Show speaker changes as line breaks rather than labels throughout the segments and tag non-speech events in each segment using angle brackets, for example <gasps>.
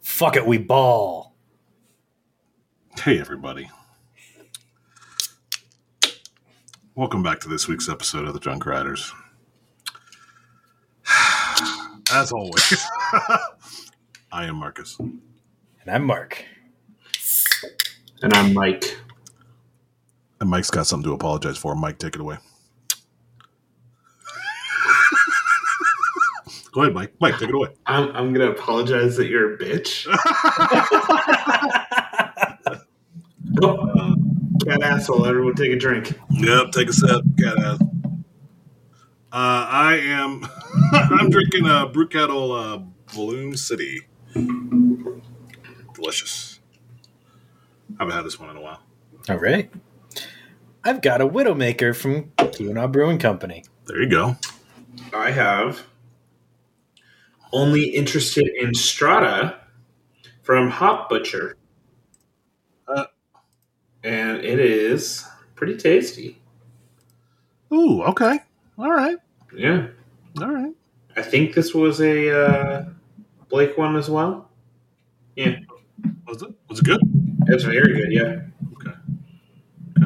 Fuck it, we ball.
Hey, everybody. Welcome back to this week's episode of the Junk Riders. <sighs> As always, <laughs> I am Marcus.
And I'm Mark.
And I'm Mike.
And Mike's got something to apologize for. Mike, take it away. Go ahead, Mike. Mike, take it away.
I'm, I'm going to apologize that you're a bitch. oh, cat asshole, everyone take a drink.
Yep, take a sip. Cat ass. Uh, I am. <laughs> I'm drinking a uh, brew kettle uh, Bloom City. Delicious. I haven't had this one in a while.
All right. I've got a Widowmaker from Keweenaw Brewing Company.
There you go.
I have only interested in Strata from Hop Butcher.
Uh.
and it is pretty tasty.
Ooh, okay. All right.
Yeah.
All right.
I think this was a uh, Blake one as well. Yeah.
Was it? Was it good?
It's very good, yeah.
Okay.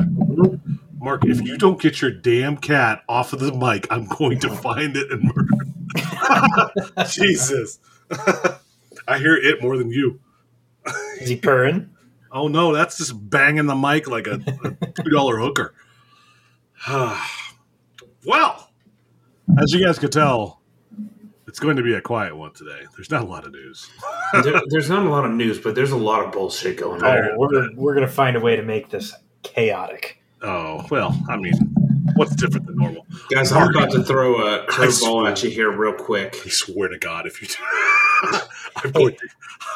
okay. Mark, if you don't get your damn cat off of the mic, I'm going to find it and murder. it. <laughs> Jesus. I hear it more than you.
Is he purring?
Oh no, that's just banging the mic like a, a two dollar hooker. <sighs> well, as you guys could tell, it's going to be a quiet one today. There's not a lot of news.
There, there's not a lot of news, but there's a lot of bullshit going
Oh,
on.
we're, gonna- we're going to find a way to make this chaotic.
Oh well, I mean, what's different than normal?
Guys, I'm about to throw a curveball
swear.
at you here real quick.
I swear to God, if you do, <laughs> I'm going to.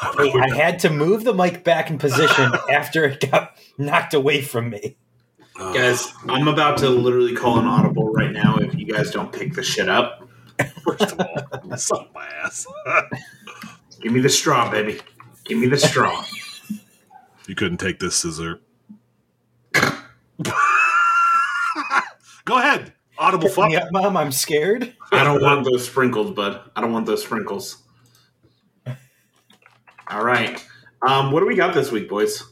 I'm
Wait,
going
I
to-
had to move the mic back in position <laughs> after it got knocked away from me.
Oh,
Guys, I'm about to literally call an audible right now if you guys don't pick the shit up.
first of all, suck my ass. <laughs>
Give me the straw, baby. Give me the straw.
You couldn't take this scissor. <laughs> Go ahead. Audible fuck.
Yeah, Mom, I'm scared.
I don't want those sprinkles, bud. I don't want those sprinkles. All right. Um, what do we got this week, boys?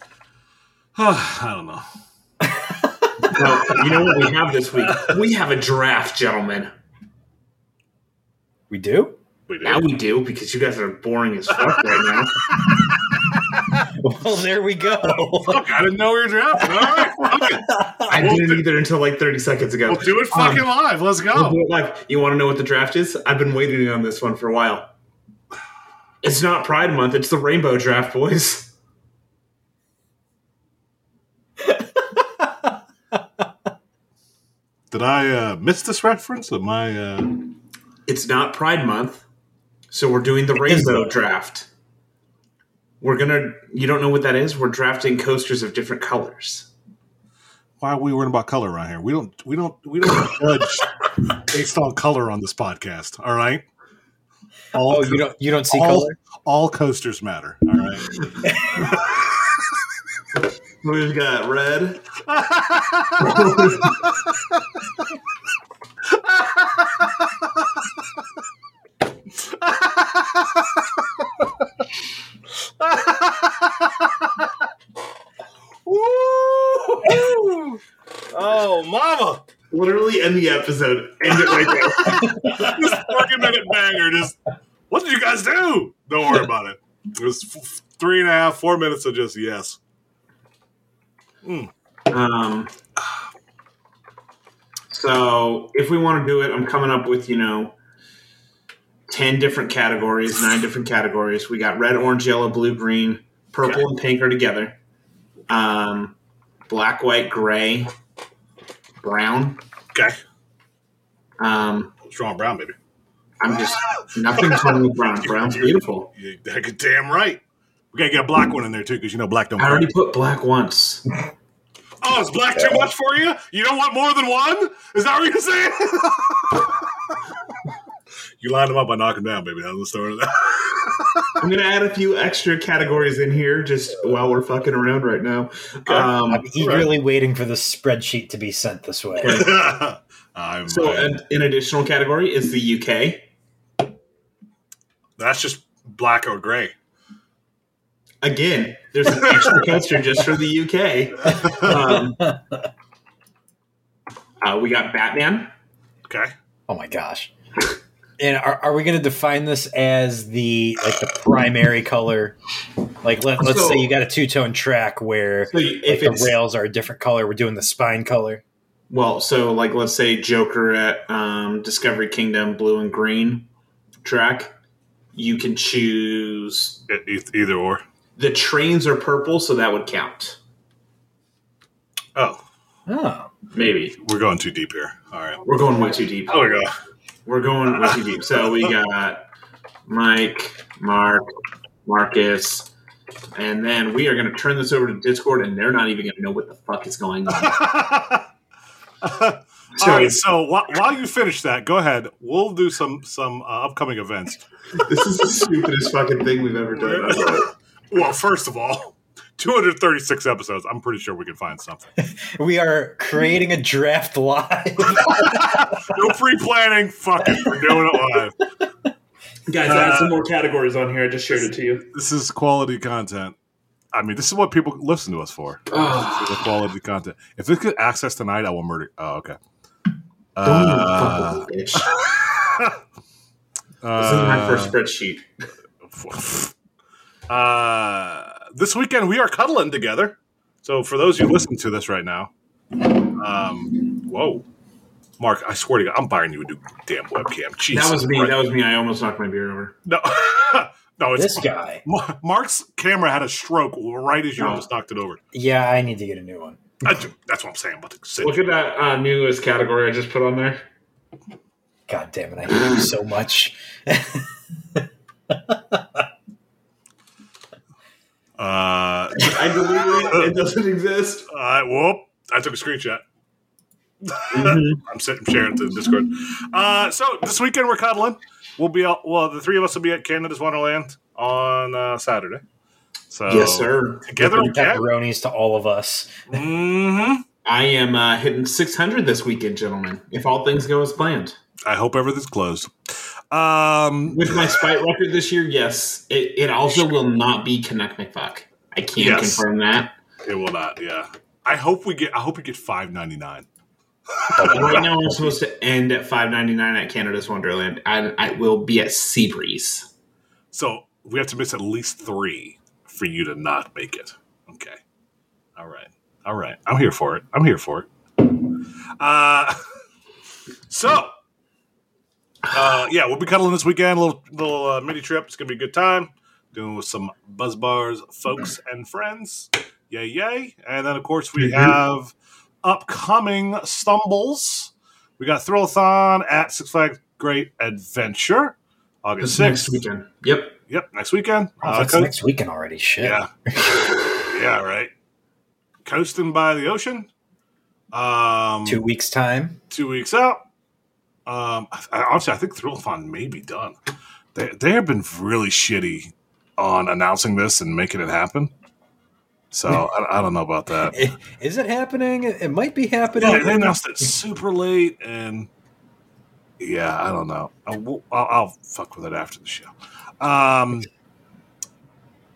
<sighs> I don't know.
No, you know what we have this week? We have a draft, gentlemen.
We do?
We did.
Now we do because you guys are boring as fuck right now.
Well, there we <laughs> go.
Fuck, I didn't know we were drafting. All right, fuck it.
I didn't either until like 30 seconds ago.
We'll do it fucking live. Let's
Oh.
We'll
go.
do it live. You want to know what the draft is? I've been waiting on this one for a while. It's not Pride Month. It's the Rainbow Draft, boys.
Did I uh, miss this reference? Am I? Uh...
It's not Pride Month, so we're doing the
is, though.
Rainbow Draft. We're gonna. You don't know what that is? We're drafting coasters of different colors.
Why are we worrying about color around here? We don't. We don't. We don't <laughs> judge based on color on this podcast. All right. All
Oh, you don't you don't see
all,
color?
all coasters matter. All right.
We've got red.
Woo! Oh, mama!
Literally end the episode. End it right there.
This fucking minute banger just. What did you guys do? Don't worry about it. It was f- three and a half, four minutes of just yes.
Um, so if we want to do it, I'm coming up with you know ten different categories, nine different categories. We got red, orange, yellow, blue, green, purple, and pink are together. Um, black, white, gray, brown.
Okay.
Um,
Strong brown, baby.
I'm just nothing's wrong with brown. Brown's beautiful.
You, you're damn right. We gotta get a black one in there too, because you know black don't.
I already put black once.
Oh, is black too much for you? You don't want more than one? Is that what you're saying? <laughs> you lined them up by knocking down, baby. That's the story of that.
I'm gonna add a few extra categories in here just while we're fucking around right now. Um,
I'm eagerly waiting for the spreadsheet to be sent this way.
<laughs> I'm, uh,
so an, an additional category is the UK.
that's just black or gray.
Again, there's an
<laughs>
extra coaster just for the UK. Um, uh, we got Batman.
Okay.
Oh my gosh. And are, are we going to define this as the like the primary color? Like let, let's
So-
say you got a two tone track where
So you-
like
if
the
it's
rails are a different color. We're doing the spine color.
well, so like let's say Joker at um, Discovery Kingdom, blue and green track. You can choose
E- e- Either or.
the trains are purple, so that would count.
Oh,
Oh,
Maybe
we're going too deep here. All right.
we're going way too deep.
Oh my god.
We're going way too deep. So <laughs> we got Mike, Mark, Marcus, and then we are going to turn this over to Discord, and they're not even going to know what the fuck is going <laughs> on.
<laughs> All right. So wh- while you finish that, go ahead. We'll do some some uh, upcoming events.
<laughs> this is the stupidest fucking thing we've ever done.
well, first of all, <laughs> 236 episodes. I'm pretty sure we can find something.
we are creating a draft live.
No pre planning. Fuck it. We're doing it <laughs> live. Uh,
Guys, I have some more categories on here. I just shared it to you.
This is quality content. I mean, this is what people listen to us
<sighs>
for. This is the quality content. If this get access tonight, I will murder. Oh, okay.
Don't even
Uh,
fuck with me, bitch. This is my
uh,
first spreadsheet.
<laughs> Uh, this weekend we are cuddling together. So for those who listen to this right now, um, whoa, Mark, I swear to God, I'm buying you a new damn webcam. Jesus,
That was me.
Christ.
That was me. I almost knocked my beer over.
no, no, <laughs> it's
this guy.
Ma- Mark's camera had a stroke right as you
No.
almost knocked it over.
Yeah, I need to get a new one.
I do- that's what I'm saying. But sit.
Look at that uh, newest category I just put on there.
God damn it! I hate you so much.
uh, all
I deleted it. It doesn't exist.
right, Uh, whoop, I took a screenshot.
Mm-hmm.
<laughs> I'm sitting sharing it to the Discord. Uh, so this weekend we're cuddling. We'll be out, well, the three of us will be at Canada's Wonderland on uh, Saturday. So
Yes, sir.
Together
Bring
again.
pepperonis to all of us.
hmm
I am uh, hitting 600 this weekend, gentlemen. If all things go as planned,
I hope everything's closed. Um,
with my spite record this year, yes, it, it also will not be Connect McFuck. I can't
Yes.
confirm that.
it will not. Yeah. I hope we get. I hope we get five ninety nine.
<laughs> Right now, I'm supposed to end at 5.99 at Canada's Wonderland, and I will be at Seabreeze.
So we have to miss at least three for you to not make it. Okay. All right. All right. I'm here for it. I'm here for it. Uh, <laughs> so, uh, yeah, we'll be cuddling this weekend. little little uh, mini trip. It's gonna be a good time. Doing with some Buzz Bars folks
Mm-hmm.
and friends. Yay, yay! And then of course we have upcoming stumbles. We got Thrillathon at Six Flags Great Adventure, August
This
sixth.
next weekend. Yep.
Yep, next weekend.
Oh,
Uh,
that's
coast-
next weekend already. Shit.
yeah,
<laughs>
yeah, right. Coasting by the ocean. Um,
Two weeks time.
two weeks out. Um, I, I- honestly, I think Thrillathon may be done. They they have been really shitty on announcing this and making it happen.
<laughs>
So I, I don't know about that.
I- Is it happening? It it might be happening.
Yeah, they announced it super late, and yeah, I don't know. I'll, I'll, I'll fuck with it after the show. Um,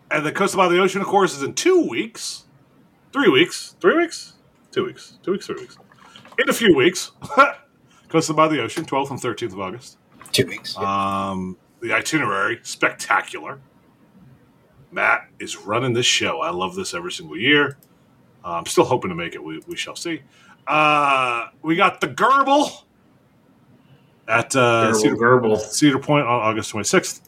and the Coast by the Ocean, of course, is in two weeks, three weeks, three weeks, two weeks, two weeks, three weeks. In a few weeks, <laughs> Coast by the Ocean, twelfth and thirteenth of August.
Two weeks.
Um, the itinerary, spectacular. Matt is running this show. I love this every single year. Uh, I'm still hoping to make it. We, we shall see. Uh, we got the Gerbil at uh,
Gerbil,
Cedar,
Gerbil.
Cedar Point on August 26th.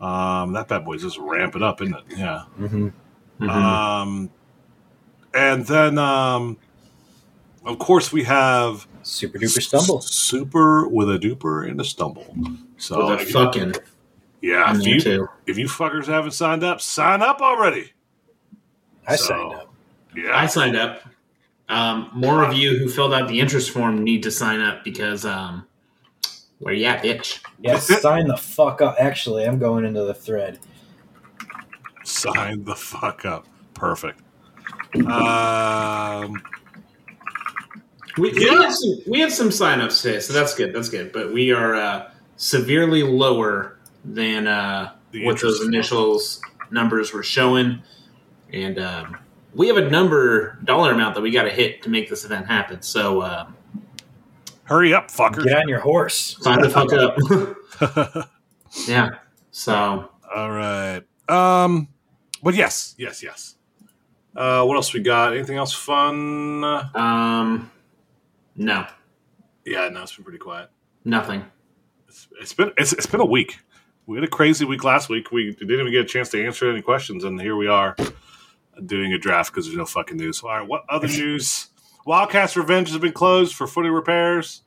Um, that bad boy's just ramping up, isn't it? Yeah.
Mhm.
Mhm.
Um, and then, um, of course, we have
Super duper stumble.
Super with a duper and a stumble. So,
Mm-hmm. With a fucking
yeah,
in
if
there,
you-
too.
if you fuckers haven't signed up, sign up already.
I
So-
signed up.
I
Yeah.
signed up. Um, more of you who filled out the interest form need to sign up because um, where you at, bitch?
<laughs> Yeah, sign the fuck up. Actually, I'm going into the thread.
Sign the fuck up. Perfect. Um,
We, we,
Yeah.
had some, we had some signups today, so that's good. That's good. But we are uh, severely lower than uh,
The
what those
interest.
initials numbers were showing, and um, we have a number dollar amount that we got to hit to make this event happen. So um,
Hurry up, fucker.
Get on your horse.
sign the fuck up. yeah. So
<laughs> All right. Um, but yes, yes, yes. Uh, what else we got? Anything else fun? Uh,
um, no,
yeah, no, it's been pretty quiet.
nothing.
It's, it's been it's, it's been a week. We had a crazy week last week. We didn't even get a chance to answer any questions, and here we are doing a draft because there's no fucking news. All right, what other news? Wildcats Revenge has been closed for footy repairs.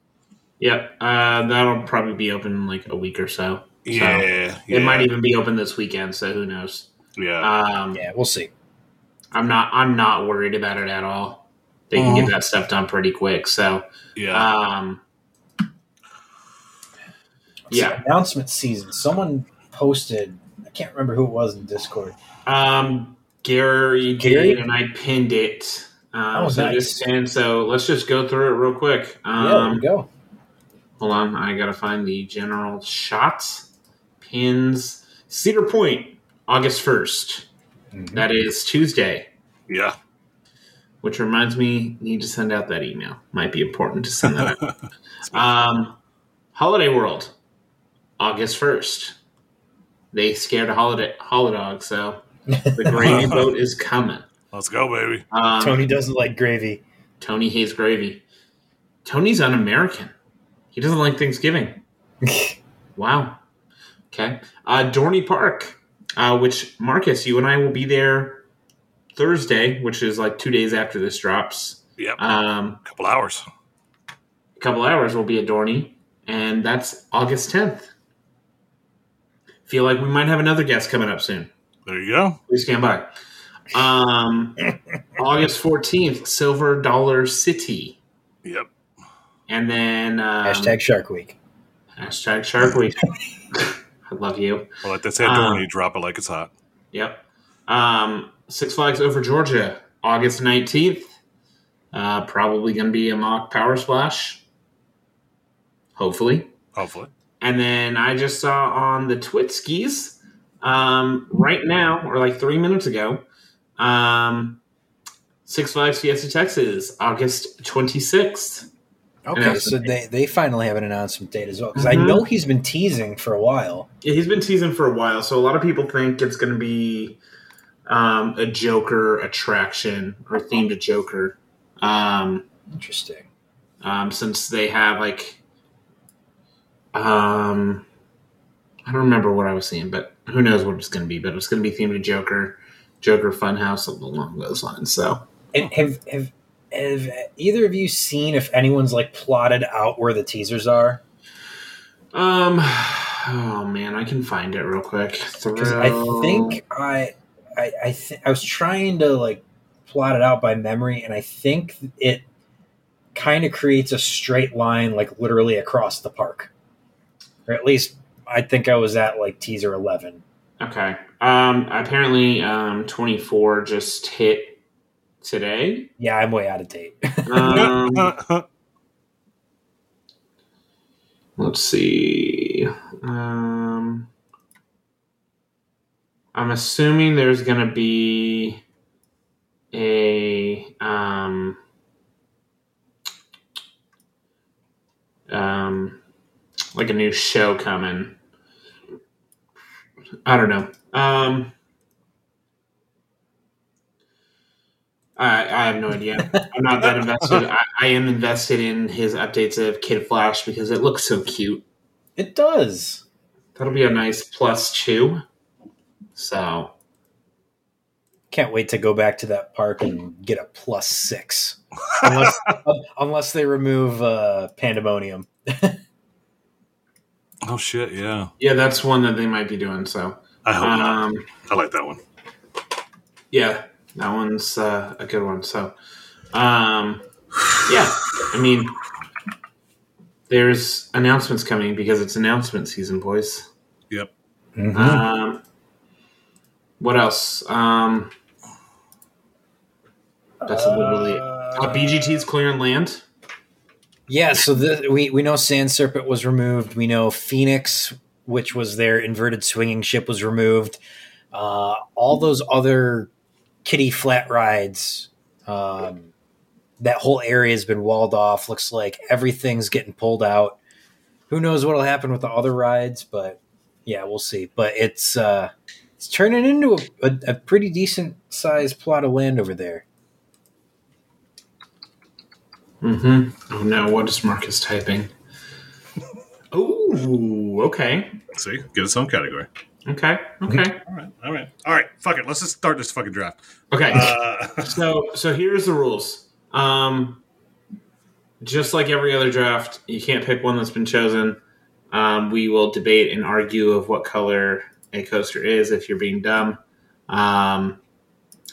Yep. Uh, that'll probably be open in like a week or so. So,
Yeah, yeah,
It might even be open this weekend, so who knows?
yeah.
Um,
Yeah, we'll see.
I'm not. I'm not worried about it at all. They can
Uh-huh.
get that stuff done pretty quick. So,
yeah.
um, yeah.
It's announcement season. Someone posted. I can't remember who it was in Discord.
Um, Gary,
Gary?
did, and I pinned it. Um,
Oh,
so
nice.
just and so let's just go through it real quick.
Yeah, there
Um,
you go.
hold on, I gotta find the general shots pins. Cedar Point, August first.
Mhm.
That is Tuesday.
yeah.
Which reminds me, need to send out that email. Might be important to send that out. um, Holiday World, August first. They scared a holiday holodog, so the gravy boat is coming.
Let's go, baby.
Um,
Tony doesn't like gravy. <laughs>
Tony hates gravy. Tony's un-American. He doesn't like Thanksgiving.
Um,
wow. Okay. Uh, Dorney Park, uh, which Marcus, you and I will be there Thursday, which is like two days after this drops.
Yep.
Um,
a couple hours.
a couple hours will be at Dorney, and that's August 10th. Feel like we might have another guest coming up soon.
There you go.
Please stand by. Um, August 14th, Silver Dollar City.
Yep.
And then um,
Hashtag Shark Week.
hashtag Shark Week. <laughs> I love you.
Well, like they say,
Um,
Dorney, drop it like it's hot.
Yep. Um, Six Flags Over Georgia, August nineteenth. Uh, probably going to be a mock Power Splash. Hopefully.
Hopefully.
And then I just saw on the Twitskis um, right now, or like three minutes ago, um, Six Flags Fiesta Texas, August 26th.
Okay,
Yeah.
so they, they finally have an announcement date as well because I
Mhm.
know he's been teasing for a while.
Yeah, he's been teasing for a while, so a lot of people think it's going to be um, a Joker attraction or themed to Joker. Um,
Interesting.
um, since they have like, um, I don't remember what I was seeing, but who knows what it's going to be? But it's going to be themed to Joker, Joker Funhouse, something along those lines. So
And have have have either of you seen if anyone's like plotted out where the teasers are?
Um, oh man, I can find it real quick.
Because I think I I I, th- I was trying to like plot it out by memory, and I think it kind of creates a straight line like literally across the park, or at least I think I was at like teaser eleven.
Okay. Um, apparently, um, 24 just hit
<laughs>
today.
Yeah, I'm way out of date. <laughs>
Um,
Uh,
let's see. Um, I'm assuming there's going to be a. Um, um, like a new show coming. I don't know. Um, I, I have no idea. I'm not that invested. I, I am invested in his updates of Kid Flash because it looks so cute.
it does.
That'll be a nice plus two. So
Can't wait to go back to that park and get a plus
<laughs>
six, unless unless they remove uh, pandemonium.
oh shit! Yeah,
yeah, that's one that they might be doing. So
I hope not.
um,
I like that one.
yeah, that one's uh, a good one. So um, yeah, I mean, there's announcements coming because it's announcement season, boys.
Yep. Mm-hmm.
Um, what else? Um, that's literally it. Uh, BGT's clearing land.
Yeah, so the, we we know Sand Serpent was removed. We know Phoenix, which was their inverted swinging ship, was removed. Uh, all those other kitty flat rides, um, that whole area has been walled off. Looks like everything's getting pulled out. Who knows what'll happen with the other rides, but yeah, we'll see. But it's uh, it's turning into a, a, a pretty decent sized plot of land over there.
Mm-hmm. Oh no, what is Marcus typing? <laughs> Ooh, okay.
See, get its own category.
Okay. Okay.
All right, all right, all right. Fuck it. Let's just start this fucking draft.
Okay.
Uh, <laughs>
so so here's the rules. Um just like every other draft, you can't pick one that's been chosen. Um, we will debate and argue of what color a coaster is if you're being dumb. Um,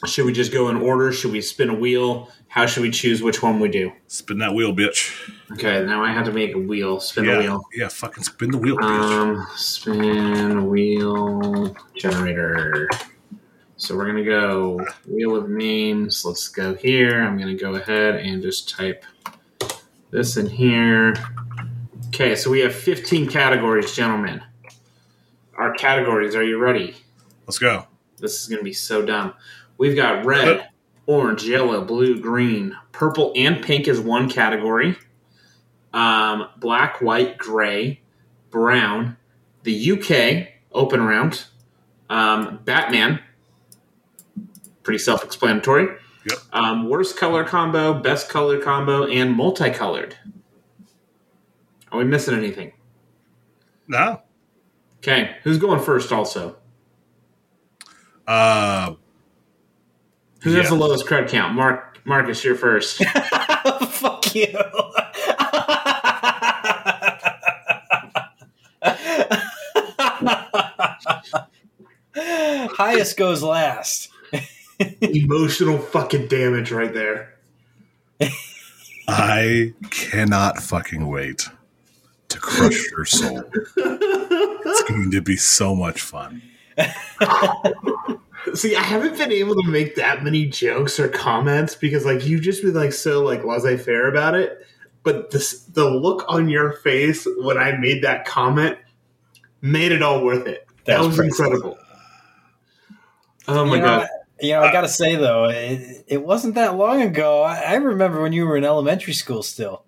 should we just go in order? Should we spin a wheel? How should we choose which one we do?
spin that wheel, bitch.
Okay, now I have to make a wheel. Spin
yeah,
a wheel.
yeah. Fucking spin the wheel, bitch.
Um, spin wheel generator. So we're gonna go wheel of names. Let's go here. I'm gonna go ahead and just type this in here. Okay, so we have 15 categories, gentlemen. Our categories. Are you ready?
Let's go.
This is gonna be so dumb. We've got red, orange, yellow, blue, green, purple, and pink is one category. Um, black, white, gray, brown. The UK open round. Um, Batman. Pretty self-explanatory.
Yep.
Um, worst color combo, best color combo, and multicolored. Are we missing anything?
No.
Okay, who's going first? Also,
Uh,
who has the
Yeah.
lowest credit count? Mark, Marcus, you're first.
<laughs> Fuck you. Highest goes last.
Emotional fucking damage right there.
I cannot fucking wait to crush your soul. it's going to be so much fun.
See, I haven't been able to make that many jokes or comments because like you've just been like so like laissez faire about it. But this the look on your face when I made that comment made it all worth it. That,
That was
was,
pretty
incredible. Oh my
you
god.
Know, you know, I gotta say though, it, it wasn't that long ago. I, I remember when you were in elementary school still.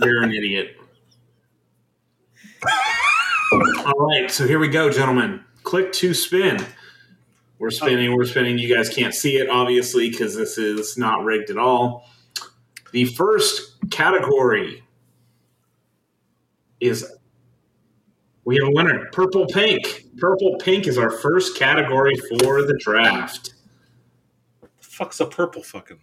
You're an idiot. <laughs> All right, so here we go, gentlemen. Click to spin. We're spinning, we're spinning. You guys can't see it, obviously, because this is not rigged at all. The first category is we have a winner purple pink. Purple pink is our first category for the draft.
The fuck's a purple
<laughs>
fucking?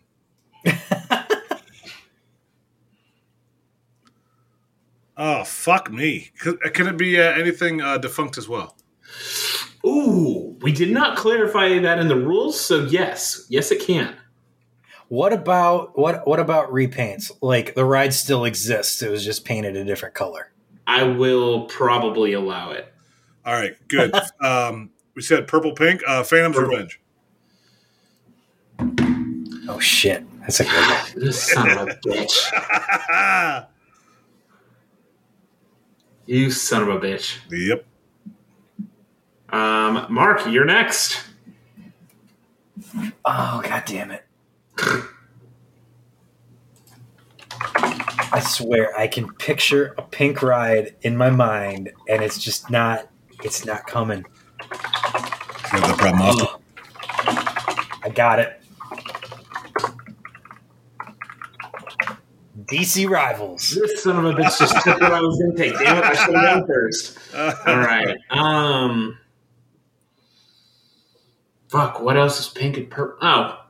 oh, fuck me. Could, can it be uh, anything uh, defunct as well?
Ooh, we did not clarify that in the rules, so yes, yes, it can.
What about what what about repaints? Like the ride still exists. It was just painted a different color.
I will probably allow it.
All right,
<laughs>
good. um, we said purple pink, uh, Phantom's
Purple.
Revenge. <laughs>
Oh shit. That's a good one.
This son of a bitch. You son of a bitch.
yep.
Um, Mark, you're next.
Oh god damn it. I swear I can picture a pink ride in my mind and it's just not it's not coming.
You have that problem often.
Ugh. I got it. DC Rivals.
This son of a bitch just took what I was going to take. Damn it, I should have gone first. All right. Um, fuck, what else is pink and purple? Oh,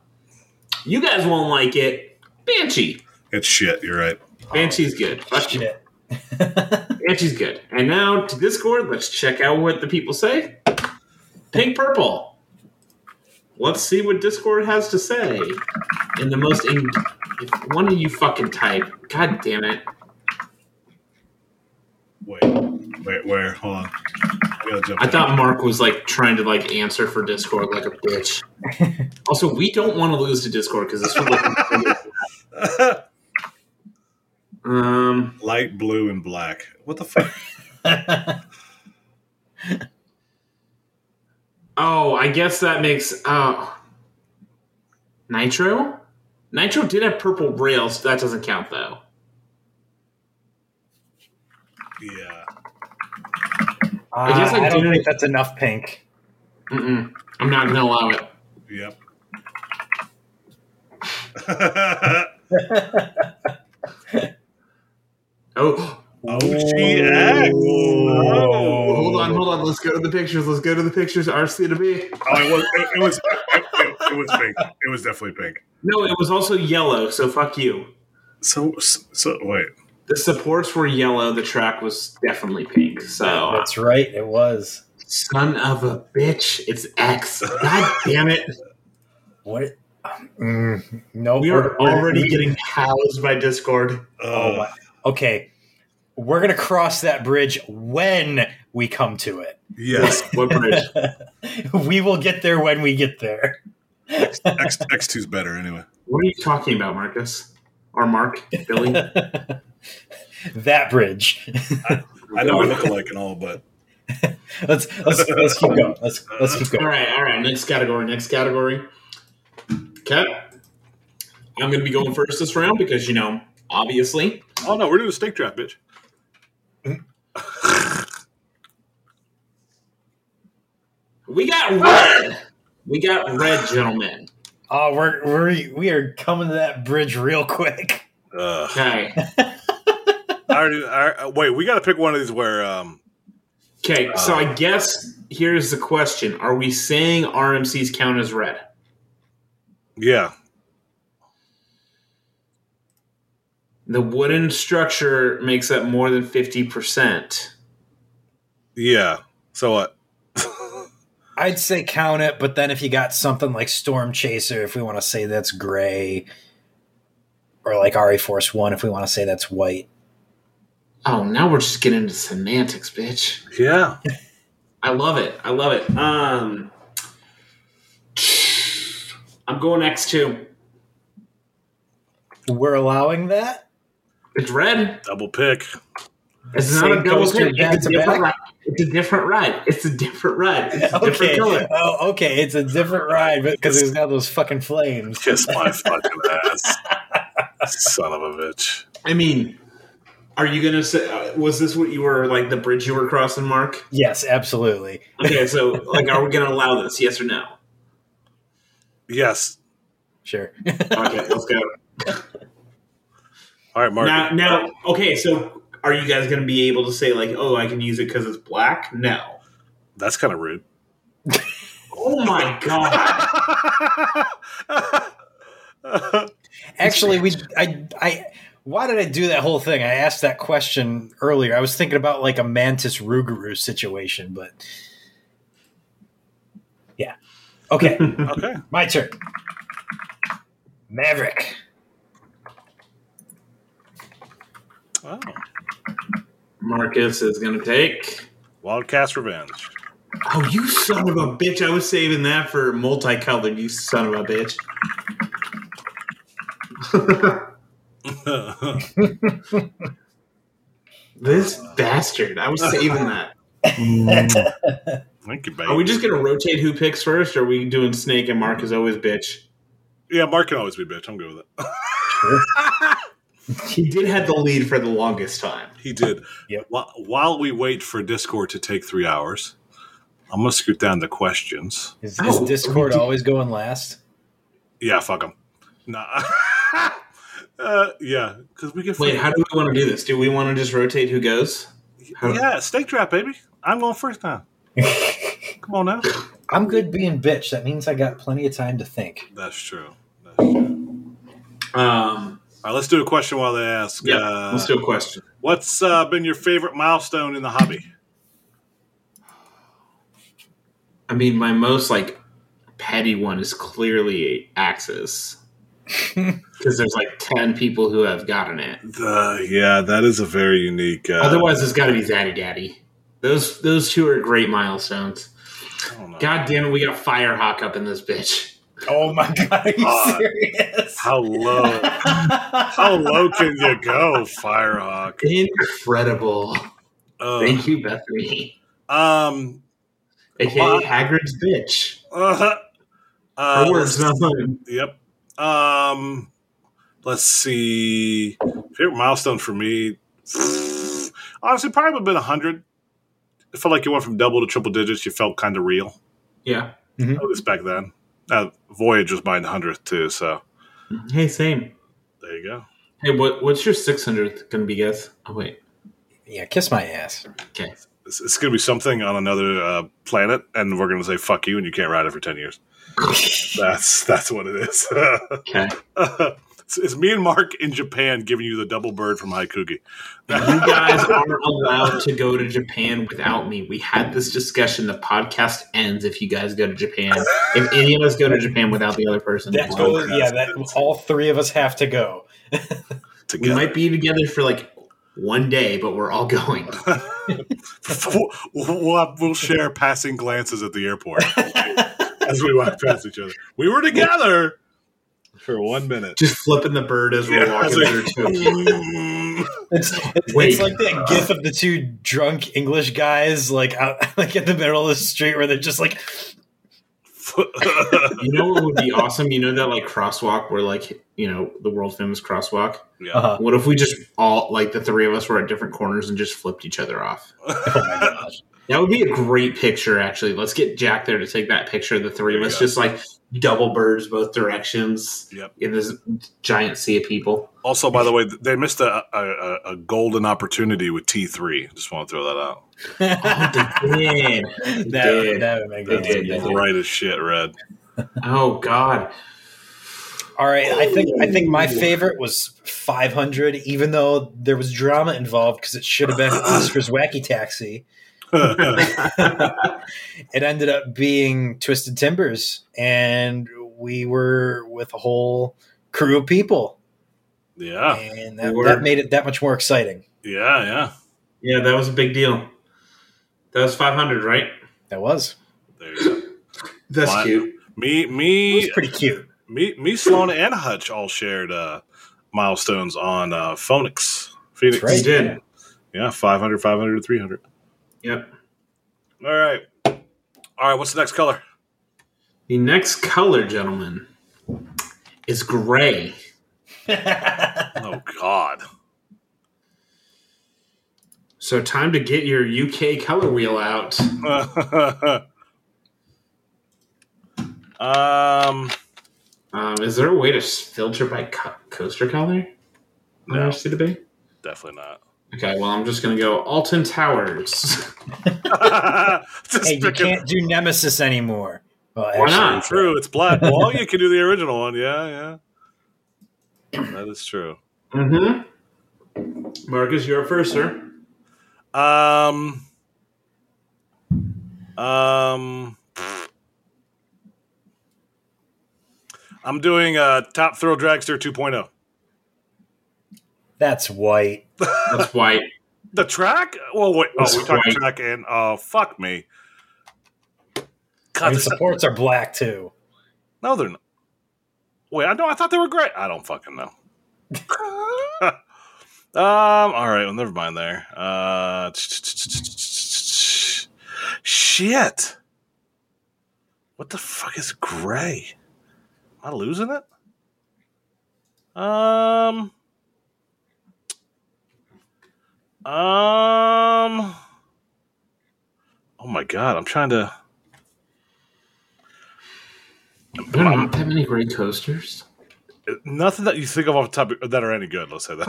you guys won't like it. Banshee.
It's shit. You're right.
Banshee's good. Fuck you.
Shit. <laughs>
Banshee's good. And now to Discord, let's check out what the people say. Pink purple. Let's see what Discord has to say. In the most, in- if one of you fucking type, god damn it.
Wait, wait, where? Hold on. We gotta jump
I
in.
thought Mark was like trying to like answer for Discord like a bitch. also, we don't want to lose to Discord because this would look. <laughs> um,
<laughs> light blue and black. What the fuck?
Uh,
Oh, I guess that makes uh Nitro? Nitro did have purple rails, so that doesn't count though.
Yeah.
I,
guess I
I don't
do-
think that's enough pink.
Mm-mm. I'm not gonna allow it.
Yep. <laughs>
Oh,
OGX.
oh,
Oh,
hold on, hold on. Let's go to the pictures. Let's go to the pictures. RC to B.
Oh, it was. It, it was. It, it- it was pink. It was definitely pink.
No, it was also yellow. So fuck you.
So, so wait.
The supports were yellow. The track was definitely pink. So
That's right. It was.
son of a bitch, it's X. God damn it!
What? Mm, nope.
We are
we're- we're-
already getting housed by Discord.
Oh,
Uh,
wow. okay. We're gonna cross that bridge when we come to it. <laughs>
yes.
What bridge?
we will get there when we get there. <laughs>
X X two's better anyway.
What are you talking about, Marcus? Or Mark? <laughs> Billy?
That bridge. <laughs>
I know we look alike and all, but
let's let's let's keep going. Let's let's keep
all
going.
right, all right. Next category. Next category. Okay. I'm going to be going first this round because, you know, obviously.
oh no, we're doing a snake draft, bitch.
We got red. We got red, gentlemen.
<laughs> Oh, we're we're we are coming to that bridge real quick.
Uh,
Okay.
I already. I, wait, we got to pick one of these where. Um,
Okay. So I guess here's the question Are we saying RMC's count as red?
yeah.
The wooden structure makes up more than 50%.
Yeah. So what?
<laughs>
<laughs>
I'd say count it, but then if you got something like Storm Chaser, if we want to say that's gray, or like RE Force One, if we want to say that's white.
Oh, now we're just getting into semantics, bitch.
Yeah.
I love it. I love it. Um, I'm going X2.
We're allowing that.
It's red.
Double pick.
It's
Same
not a double
goes to
pick.
back
It's a
to
different
back?
ride. It's a different ride. It's a different ride. It's <laughs> a
Okay.
different color.
Oh, okay. It's a different ride, but because there's now those fucking flames.
Kiss my fucking
<laughs>
ass, son of a bitch.
I mean, are you gonna say? Uh, was this what you were like the bridge you were crossing, Mark?
Yes, absolutely.
Okay, so like, are we gonna allow this? Yes or no?
Yes.
Sure.
Okay, let's go.
All right, Mark.
Now, now, okay. So, are you guys gonna be able to say like, oh, I can use it because it's black? No.
That's kind of
<laughs>
rude.
Oh my god.
Actually, we I I why did I do that whole thing? I asked that question earlier. I was thinking about like a mantis ruguru situation, but yeah. <laughs> Okay,
okay.
my turn. Maverick.
Wow.
Marcus is gonna take.
Wildcats revenge. <laughs>
Oh, you son of a bitch. I was saving that for multicolored, you son of a bitch. This bastard. I was saving that.
Mm. Thank you,
Are we
babe.
just going to rotate who picks first, or are we doing Snake and Mark is always bitch?
yeah, Mark can always be bitch. I'm good with it. <laughs>
He did have the lead for the longest time.
He did.
Yep.
Wh- While we wait for Discord to take three hours, I'm gonna scoot down the questions.
Is,
Oh,
is Discord
we did-
always going last?
Yeah, fuck them. Nah. <laughs> uh, yeah, because we get.
Wait, how do we want to do this? Do we want to just rotate who goes? how-
yeah, steak trap, baby. I'm going first
<laughs>
now. Come on now.
I'm good being bitch. That means I got plenty of time to think.
That's true. That's true. All
Um,
right, let's do a question while they ask.
yeah,
uh,
let's do a question.
What's uh, been your favorite milestone in the hobby?
I mean, my most like petty one is clearly
<laughs>
Axis. Because there's like 10 people who have gotten it.
The yeah, that is a very unique. Uh,
Otherwise, it's got to be Zaddy Daddy. Those those two are great milestones.
I don't know.
God damn it, we got Firehawk up in this bitch.
Oh my god, are you <laughs>
God.
serious?
How low? how low can you go, Firehawk?
Incredible.
Uh,
Thank you, Bethany.
Um,
AKA
Wow.
Hagrid's bitch.
uh,
Her
uh,
words, not mine.
Yep. Um, let's see. Favorite milestone for me, <sighs> honestly, probably been hundred. It felt like you went from double to triple digits. You felt kind of real.
Yeah.
At least back then. Uh, Voyage was mine hundredth too. So Mm-hmm.
Hey, same.
there you go.
Hey, what what's your 600th gonna be, guys? Oh wait.
Yeah, kiss my ass.
Okay.
It's, it's going to be something on another uh, planet, and we're going to say "fuck you" and you can't ride it for ten years. That's that's what it is. <laughs>
Okay.
it's, it's me and Mark in Japan giving you the double bird from Haikugi.
You
<laughs>
guys aren't allowed to go to Japan without me. We had this discussion. The podcast ends if you guys go to Japan. If any of us go to Japan without the other person,
That
we
goes, yeah, that all three of us have to <laughs> go.
Together.
might be together for like one day, but we're all going.
we'll, we'll, have- we'll share passing glances at the airport as we walk past each other. We were together for one minute.
Just flipping the bird as we're
Yeah, I was
walking
like,
through. Too.
Mm.
It's, it's,
Wait.
it's like that gif of the two drunk English guys like out <laughs> like in the middle of the street where they're just like
<laughs> You know what would be awesome? You know that like crosswalk where like you know the world famous crosswalk.
yeah.
uh,
What if we just all like the three of us were at different corners and just flipped each other off?
oh my <laughs> gosh.
That would be a great picture, actually. Let's get Jack there to take that picture of the three of
There you
us,
go.
just like double birds both directions
Yep.
in this giant sea of people.
<laughs>
<laughs>
Also, by the way, they missed a, a, a- a golden opportunity with T three. Just want to throw that out.
Oh, they did.
that,
did.
that would make
They
sense.
did. Yeah.
Right as shit, Red. <laughs>
Oh, God.
All right, I think I think my favorite was 500, even though there was drama involved because it should
<laughs>
have been Oscar's Wacky Taxi. it ended up being Twisted Timbers, and we were with a whole crew of people,
yeah,
and that,
We were.
that made it that much more exciting.
yeah, yeah.
Yeah, that was a big deal. That was 500, right?
That was
There you go.
That's
What?
cute.
Me,
it was
me,
pretty cute.
me, me, Sloan and Hutch all shared uh, milestones on uh, Phoenix. Phoenix.
That's
You
right.
did.
Yeah, 500, 500, 300.
Yep.
All right. All right, what's the next color?
The next color, gentlemen, is gray.
Oh, God.
So, time to get your UK color wheel out.
um,
Um, is there a way to s- filter by co- coaster color?
No.
No. Bay?
definitely
Okay, well, I'm just going to go Alton Towers.
not. <laughs> Just
hey, you
picking-
can't do Nemesis anymore. Well,
Why not?
True, it's
<laughs>
black. Well, you can do the original one. Yeah, yeah. That is true.
Mm-hmm. Marcus, you're up first, sir.
Um, um, I'm doing uh, Top Thrill Dragster oh. 2.0.
That's white.
That's white.
The track? Well, wait. Oh,
It's
we talked
white.
track and oh, fuck me.
I
God,
mean,
this-
supports are black too.
no, they're not. Wait, I know. I thought they were great. I don't fucking know. um. All right. Well, never mind. There. Uh. Shit. What the fuck is gray? Am I losing it? Um. Um. Oh my god! I'm trying to.
There are not that many gray coasters.
Nothing that you think of off the top of- that are any good. Let's say that.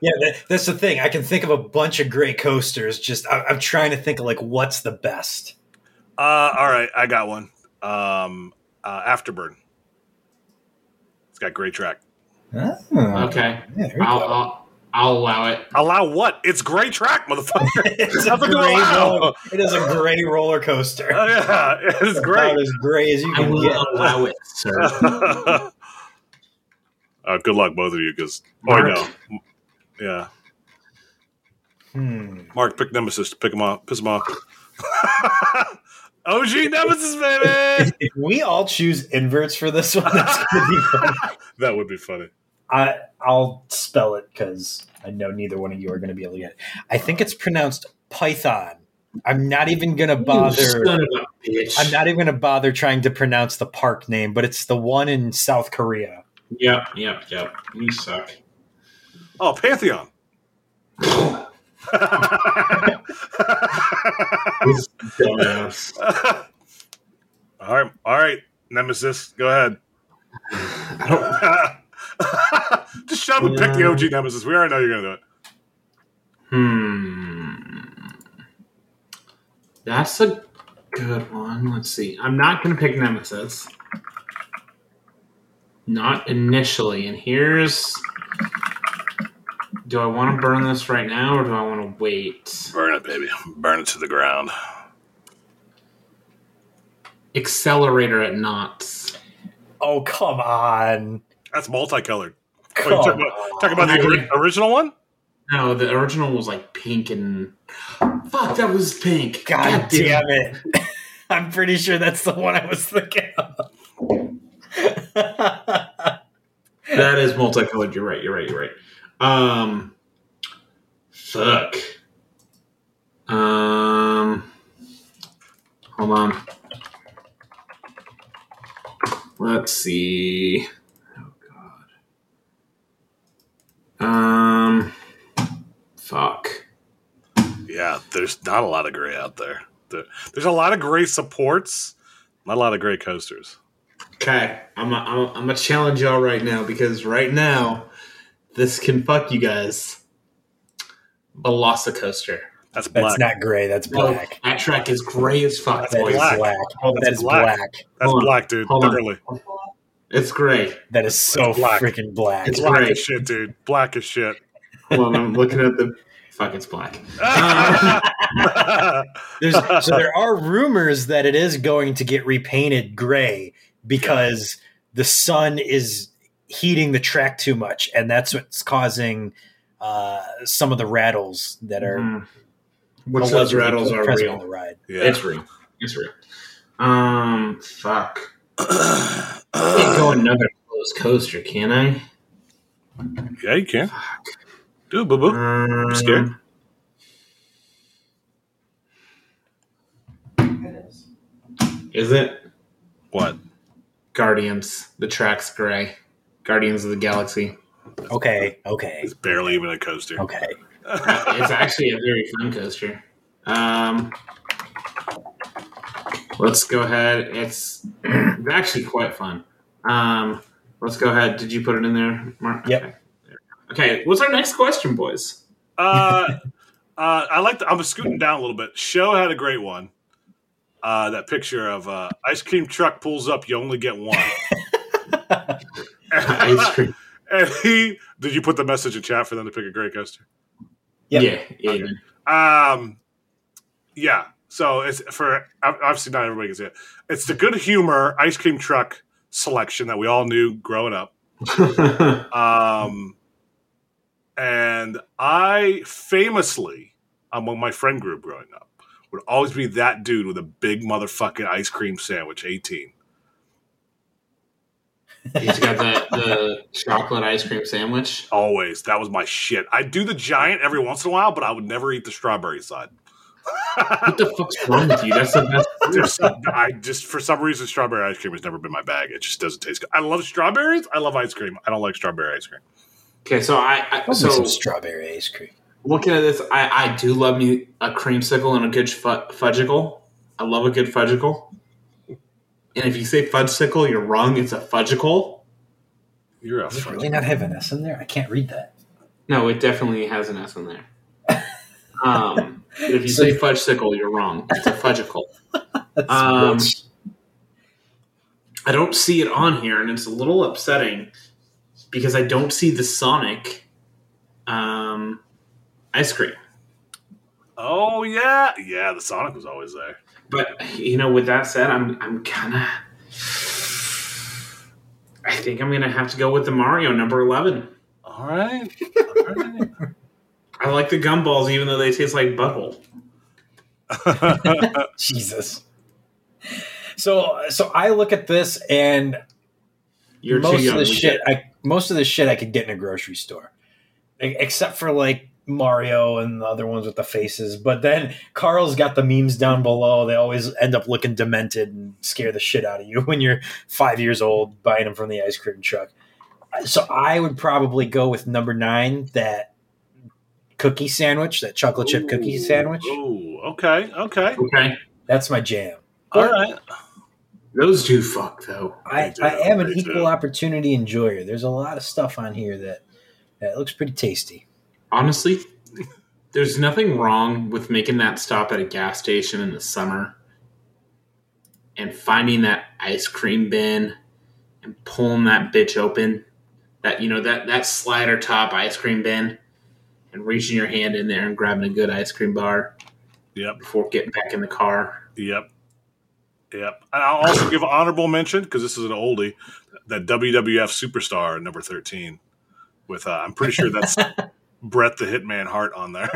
Yeah, that, that's the thing. I can think of a bunch of great coasters. Just I, I'm trying to think of like what's the best.
Uh, all right, I got one. Um, uh, Afterburn. It's got great track.
Okay.
Ah, Yeah, there we
Uh, I'll, <laughs>
go.
I'll, I'll allow it.
Allow what? It's great track, motherfucker. <laughs>
it's a
Nothing to
gray
allow.
roller, it is a gray roller coaster.
Oh, yeah, it's great. <laughs>
About as gray as you
I
can
will
get.
allow it, <laughs> sir.
uh, good luck, both of you, because oh
Mark.
no, yeah,
Hmm.
Mark, pick Nemesis, pick him off, piss him off. <laughs> OG Nemesis, baby.
<laughs> If we all choose inverts for this one, that's gonna be fun.
that would be funny.
I I'll spell it because I know neither one of you are going to be able to get it. I think it's pronounced Python. I'm not even going to bother.
Son of a bitch.
I'm not even going to bother trying to pronounce the park name, but it's the one in South Korea.
Yep, yep, yep. You <laughs> suck.
Oh, Pantheon.
This dumbass.
<laughs> all right, all right, Nemesis, go ahead. <laughs> Just shut up and pick the
Yeah.
OG Nemesis. We already know you're gonna do it.
Hmm. That's a good one. Let's see. I'm not going to pick Nemesis. Not initially. And here's. Do I want to burn this right now or do I want to wait?
Burn it, baby. Burn it to the ground.
Accelerator at knots.
Oh come on!
That's multicolored. Wait,
Come
you talking about,
on.
talking about the ori- original one?
No, the original was like pink and. Fuck, that was pink.
God, damn
damn it.
it! <laughs> I'm pretty sure that's the one I was thinking of. <laughs>
That is multicolored. You're right. You're right. You're right. Um, fuck. Um, hold on. Let's see. Oh God. Um, fuck.
Yeah, there's not a lot of gray out there. There- There's a lot of gray supports, not a lot of gray coasters.
Okay, I'm a, I'm a, I'm a challenge y'all right now because right now this can fuck you guys. Velocicoaster.
That's black.
That's not gray. That's black.
that track is gray as fuck.
That's
That's
boys.
black.
black.
Oh, that's
That is
black.
black.
That's
Hold on,
black, dude.
hold on.
Literally.
It's gray.
That is so
black.
freaking black.
It's
Black
gray.
as shit, dude. Black as shit.
Hold on, I'm looking at the. Fuck, <laughs> it's black.
There's, so there are rumors that it is going to get repainted gray because the sun is heating the track too much, and that's what's causing uh, some of the rattles that are
Mm. Which those
allegedly
rattles are
present on the
real.
ride.
<laughs> yeah.
It's real. It's real. Um, fuck. I can't go another closed coaster, can I?
yeah, you can. Do it, boo boo.
Um,
scared?
Is it
What?
Guardians? The track's gray. Guardians of the Galaxy.
Okay, okay,
It's barely even a coaster.
okay.
it's actually a very fun coaster. Um, let's go ahead. It's, it's actually quite fun. Um, let's go ahead. Did you put it in there, Mark?
Yep.
Okay. Okay. What's our next question, boys?
<laughs> uh, uh, I like. The, I'm scooting down a little bit. Show had a great one. Uh, that picture of uh, ice cream truck pulls up. You only get one. <laughs>
Ice cream.
and he did you put the message in chat for them to pick a great coaster?
Yep.
Yeah.
Okay.
Yeah.
Um, yeah. So it's for ob- obviously not everybody can see it. It's the good humor ice cream truck selection that we all knew growing up. Um, and I famously, among my friend group growing up, would always be that dude with a big motherfucking ice cream sandwich, 18.
He's got the, the chocolate ice cream sandwich.
Always. That was my shit. I'd do the giant every once in a while, but I would never eat the strawberry side.
What the fuck's wrong with you? That's the best.
Just- I just, for some reason, strawberry ice cream has never been my bag. It just doesn't taste good. I love strawberries. I love ice cream. I don't like strawberry ice cream.
Okay, so I, I
I'll make
so
some strawberry ice cream.
looking at this, I, I do love me a creamsicle and a good fu- fudgicle. I love a good fudgicle. And if you say fudgesicle, you're wrong. It's a fudgicle.
You're a
Does it
friend.
really not have an S in there? I can't read that.
No, it definitely has an S in <laughs> there. Um, but if you say fudgesicle, you're wrong. It's a fudgicle.
That's
Um,
rich.
I don't see it on here, and it's a little upsetting because I don't see the Sonic um, ice cream.
Oh, yeah. Yeah, the Sonic was always there.
But you know, with that said, I'm I'm kind of. I think I'm gonna have to go with the Mario number eleven.
<laughs>
All right. All right.
I like the gumballs, even though they taste like butthole.
<laughs>
Jesus. So, so I look at this and
You're
most
too young.
of the
we
shit
get-
I most of the shit I could get in a grocery store. e- except for like Mario and the other ones with the faces. But then Carl's got the memes down below. They always end up looking demented and scare the shit out of you <laughs> when you're five years old buying them from the ice cream truck. So I would probably go with number nine, that cookie sandwich, that chocolate chip cookie
Ooh,
sandwich.
Ooh, okay, okay,
Okay.
That's my jam.
all right.
Those do fuck though.
I,
do,
I am an
they
equal
do.
opportunity enjoyer. There's a lot of stuff on here that that looks pretty tasty.
Honestly, there's nothing wrong with making that stop at a gas station in the summer and finding that ice cream bin and pulling that bitch open. That you know that that slider top ice cream bin and reaching your hand in there and grabbing a good ice cream bar
Yep,
before getting back in the car.
yep, yep. And I'll also give honorable mention because this is an oldie. That WWF superstar number thirteen, with uh, I'm pretty sure
<laughs>
that's Brett the Hitman Hart on there.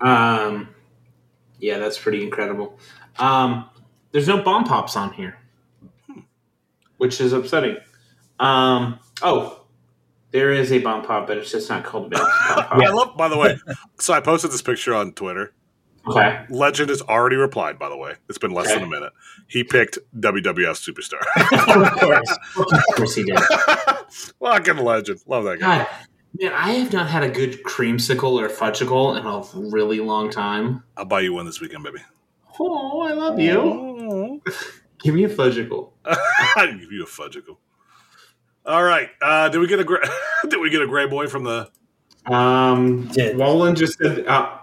Um, yeah, that's pretty incredible. Um, there's no bomb pops on here, which is upsetting. Um, oh, there is a bomb pop, but it's just not called a bomb pop.
I love, by the way. So I posted this picture on Twitter.
Okay,
Legend has already replied. By the way, it's been less than a
Okay.
minute. He picked WWF superstar.
of
<laughs>
course.
of course he did.
Fucking legend. Love that guy.
God, man, I have not had a good creamsicle or fudgicle in a really long time.
I'll buy you one this weekend, baby.
Oh, I love you. Give me a fudgicle.
<laughs> I can give you a fudgicle. All right. Uh, did we get a gra- <laughs> did we get a gray boy from the?
Um,
Did-
Wallen just said, uh,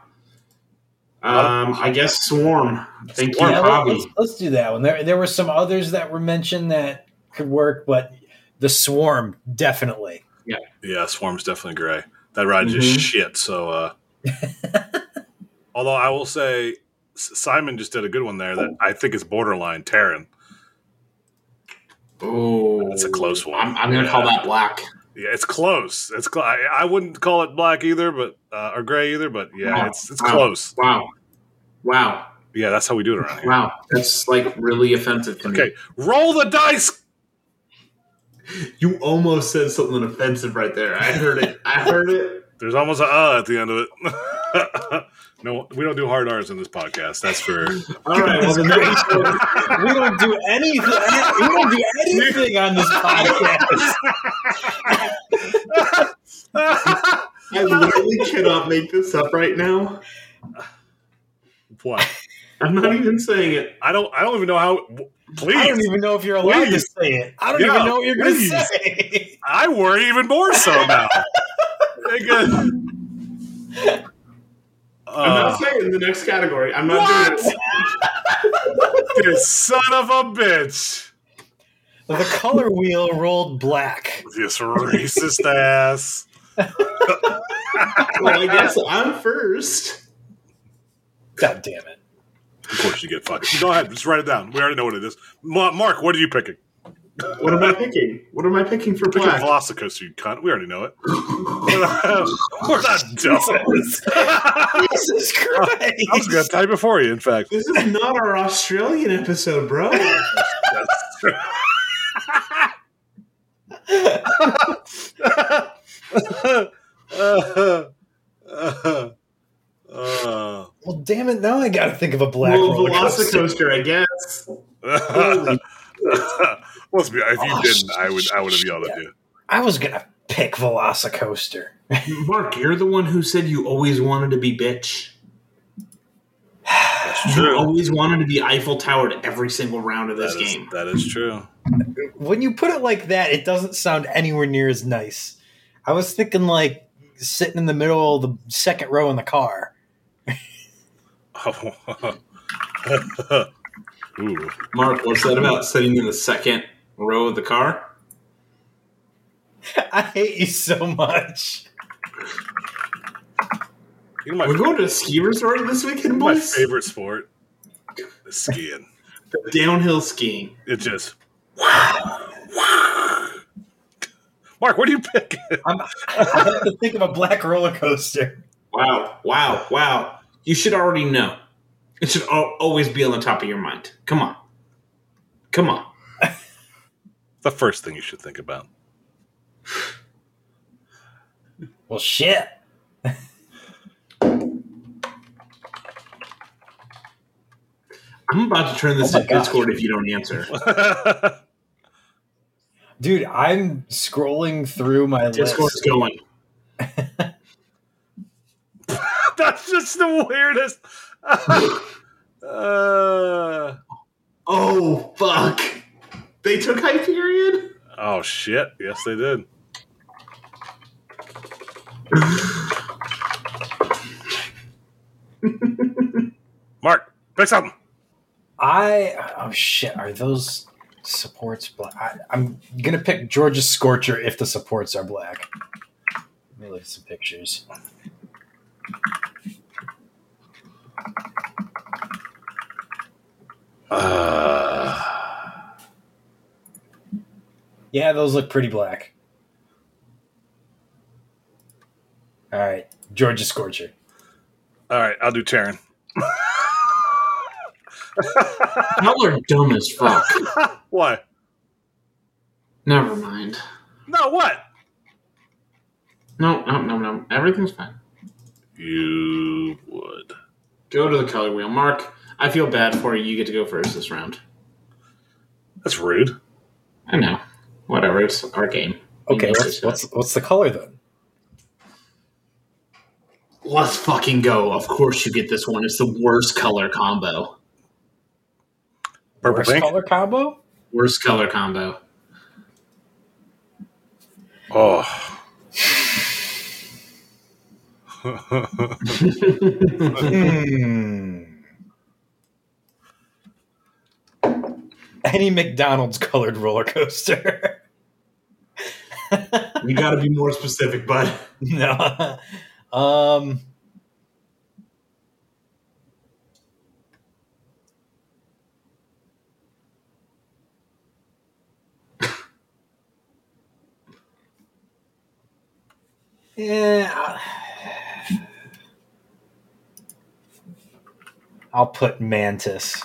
um, I guess Swarm. Thank you,
Yeah, let- let's,
Bobby.
let's do that one. There, there were some others that were mentioned that could work, but the swarm definitely.
Yeah, Swarm's definitely gray. That ride just
Mhm.
shit. So, uh, although I will say S- Simon just did a good one there that I think is borderline Terran.
Oh,
That's a close one.
I'm, I'm going to call
Yeah.
that black.
Yeah, it's close. It's cl- I, I wouldn't call it black either, but uh, or gray either, but yeah,
Wow.
it's it's
Wow.
close.
Wow. Wow.
Yeah, that's how we do it around here.
Wow. That's like really offensive to
Okay, roll the dice.
me. You almost said something offensive right there. I heard it. I heard it.
There's almost a uh at the end of it. <laughs> no, we don't do hard R's in this podcast. That's for
All right. Well,
<laughs>
the next
We don't do anything. We don't do anything on this <laughs> podcast.
I literally cannot make this up right now.
what?
I'm not even saying it.
I don't. I don't even know how. Please,
I
I,
don't even know if you're allowed to
Please.
say it. I don't
Yeah,
even know what you're going to
please.
say.
worry even more so now. Like, uh,
I'm
uh,
not saying the next category. I'm not
What?
doing it.
this son of a bitch.
The color wheel rolled black.
This racist ass.
Well, I guess I'm first.
God damn it.
Of course, you get fucked. Go ahead, just write it down. We already know what it is. Ma- Mark, what are you picking?
What am I picking? What am I picking for
Pick a
black?
Velocicoaster, you cunt. We already
<laughs>
know it. <laughs> We're not <laughs> dumb. I
<laughs> Jesus Christ.
was going to type it for you, in fact.
This is not our Australian episode, bro.
That's true.
Well, damn it. Now I got to think of a black
well,
roller coaster.
Velocicoaster, I guess.
Let's be, if you
Oh,
didn't, I would I would have yelled at you.
I was going to pick Velocicoaster.
Mark, you're the one who said you always wanted to be bitch.
That's
You always wanted to be Eiffel Towered every single round of
That
this
is,
game.
that is true.
when you put it like that, it doesn't sound anywhere near as nice. I was thinking like sitting in the middle of the second row in the car. <laughs>
Ooh.
Mark, what's that about? Sitting in the second row of the car?
I hate you so much. <laughs>
You know my,
We're going to a ski resort this weekend,
my
boys.
favorite sport is skiing.
Downhill skiing.
It just. Mark, what do you pick?
I'm, I have to think of a black roller coaster.
Wow, wow, wow. You should already know. It should al- always be on the top of your mind. Come on. Come on.
the first thing you should think about.
Well, shit.
I'm about to turn this
Oh my
to Discord
gosh.
if you don't answer.
Dude, I'm scrolling through my
Discord's
list.
going.
<laughs> That's just the weirdest. <laughs> uh,
Oh fuck! They took Hyperion.
oh shit! Yes, they <laughs> did. Mark, pick something.
I oh shit, are those supports black? I, I'm gonna pick Georgia Scorcher if the supports are black. Let me look at some pictures.
Uh,
Yeah, those look pretty black. All right, Georgia Scorcher.
all right, I'll do Taryn. <laughs>
Y'all are dumb as fuck.
Why?
Never mind.
No, what?
No, no, no, no. Everything's fine.
You would.
Go to the color wheel, Mark. I feel bad for you. You get to go first this round.
That's rude.
I know. Whatever. It's our game. We
Okay,
know
what's
this.
what's, what's the color then?
Let's fucking go. Of course you get this one. It's the worst color combo.
Purple
Worst
pink.
color combo?
Worst color combo.
Oh. <laughs>
Hmm. <laughs> Any McDonald's colored roller coaster. <laughs>
You got to be more specific, bud.
no. <laughs> Um Yeah. I- I'll put Mantis.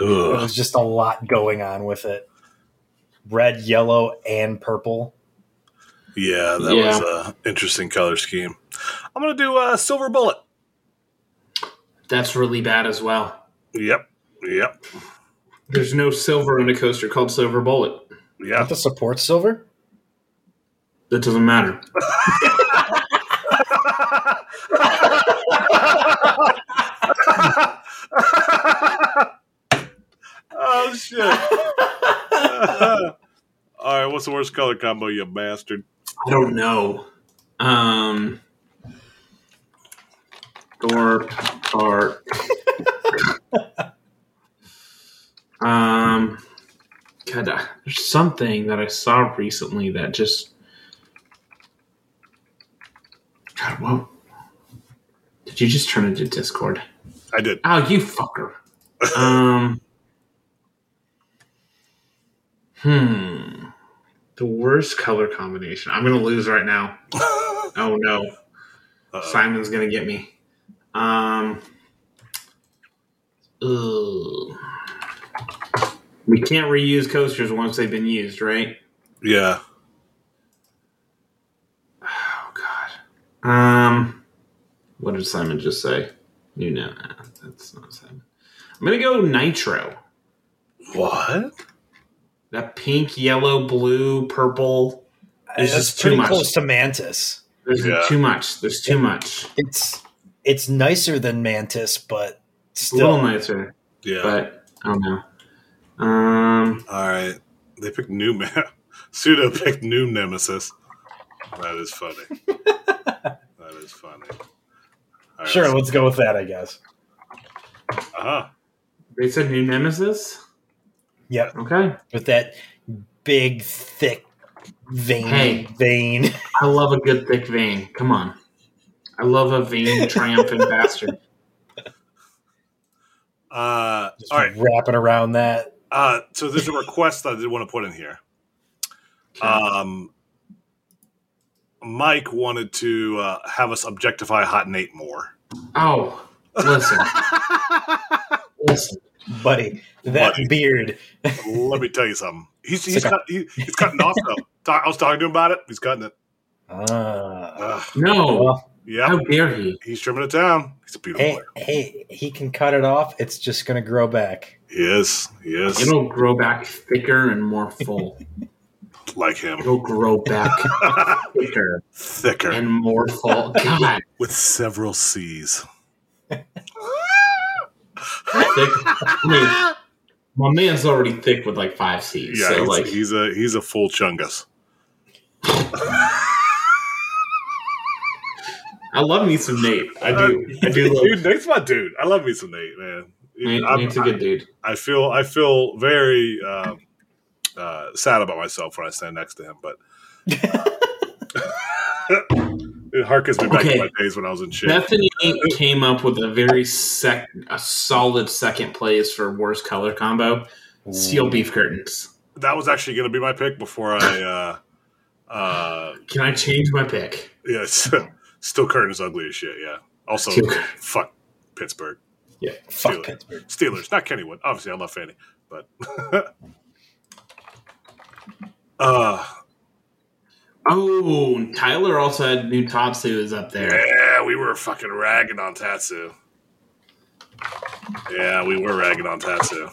There
Ugh.
was just a lot going on with it. Red, yellow, and purple.
Yeah, that
Yeah.
was a interesting color scheme. I'm gonna do a uh, silver bullet.
That's really bad as well.
Yep, yep,
There's no silver in a coaster called Silver Bullet.
yeah. <laughs>
The support silver?
That doesn't matter.
oh shit! <laughs> All right, what's the worst color combo, you bastard?
I don't know. Um, Thorpe or um, God, uh, there's something that I saw recently that just God, whoa. Did you just turn into Discord?
I did. <laughs>
Oh, you fucker. Um. hmm. The worst color combination. I'm gonna lose right now. Oh no,
Uh-oh.
Simon's gonna get me. Um. ugh. We can't reuse coasters once they've been used, right?
Yeah.
Oh God. Um. What did Simon just say? You know, that's not Simon. I'm gonna go nitro.
What?
That pink, yellow, blue, purple. This
That's
is too
pretty
much.
close to Mantis.
There's
Yeah.
too much. There's too much.
It's it's nicer than Mantis, but
A little
still
nicer,
Yeah.
but I don't know. Um,
All right. They picked new man. <laughs> Pseudo picked new nemesis. That is funny. that is funny. All right,
sure. Let's go with that, I guess.
Uh-huh.
they said new Nemesis.
Yep,
Okay,
with that big, thick vein,
Hey. <laughs>
vein.
I love a good thick vein. Come on, I love
<laughs>
a vein triumphant bastard.
Uh,
Just
all right.
wrapping around that.
Uh, so there's a request I did want to put in here. Um, Mike wanted to uh, have us objectify Hot
<laughs>
Nate more.
Oh, listen, listen.
Buddy, that
Buddy.
beard.
Let me tell you something. He's he's
like a- <laughs>
cut, he, he's cutting off though. Ta- I was talking to him about it. He's cutting it.
Ah.
Oh.
Ugh,
No,
Well,
yeah,
how dare he?
he's trimming it down. He's a beautiful
hey,
player.
hey, he can cut it off. It's just going to grow back.
He is. He is
It'll grow back thicker and more full.
like him, <laughs>
It'll grow back thicker
thicker
and more full. God,
with several C's.
thick. I mean, my man's already thick with like five C's.
Yeah,
so
he's,
like,
he's a he's a full chungus.
I love me some Nate. I
<laughs>
do. I do love.
dude, Nate's my dude. I love me some Nate, man.
Nate,
I'm-
Nate's a good dude.
I feel I feel very um, uh, sad about myself when I stand next to him,
<laughs>
but <laughs> it harkens me back
Okay.
to my days when I was in shit.
Bethany came up with a very sec, a solid second place for worst color combo. Seal beef curtains.
that was actually going to be my pick before I. Uh, uh, <laughs>
Can I change my pick?
yeah, it's- <laughs> still curtains ugly as shit. Yeah. Also,
Steel curtain.
fuck Pittsburgh
Fuck
Steelers.
Pittsburgh.
Steelers, not Kennywood. Obviously, I love Fanny, but. <laughs> uh,
Oh, Tyler also had new Tatsu is up there.
Yeah, we were fucking ragging on Tatsu. Yeah, we were ragging on Tatsu.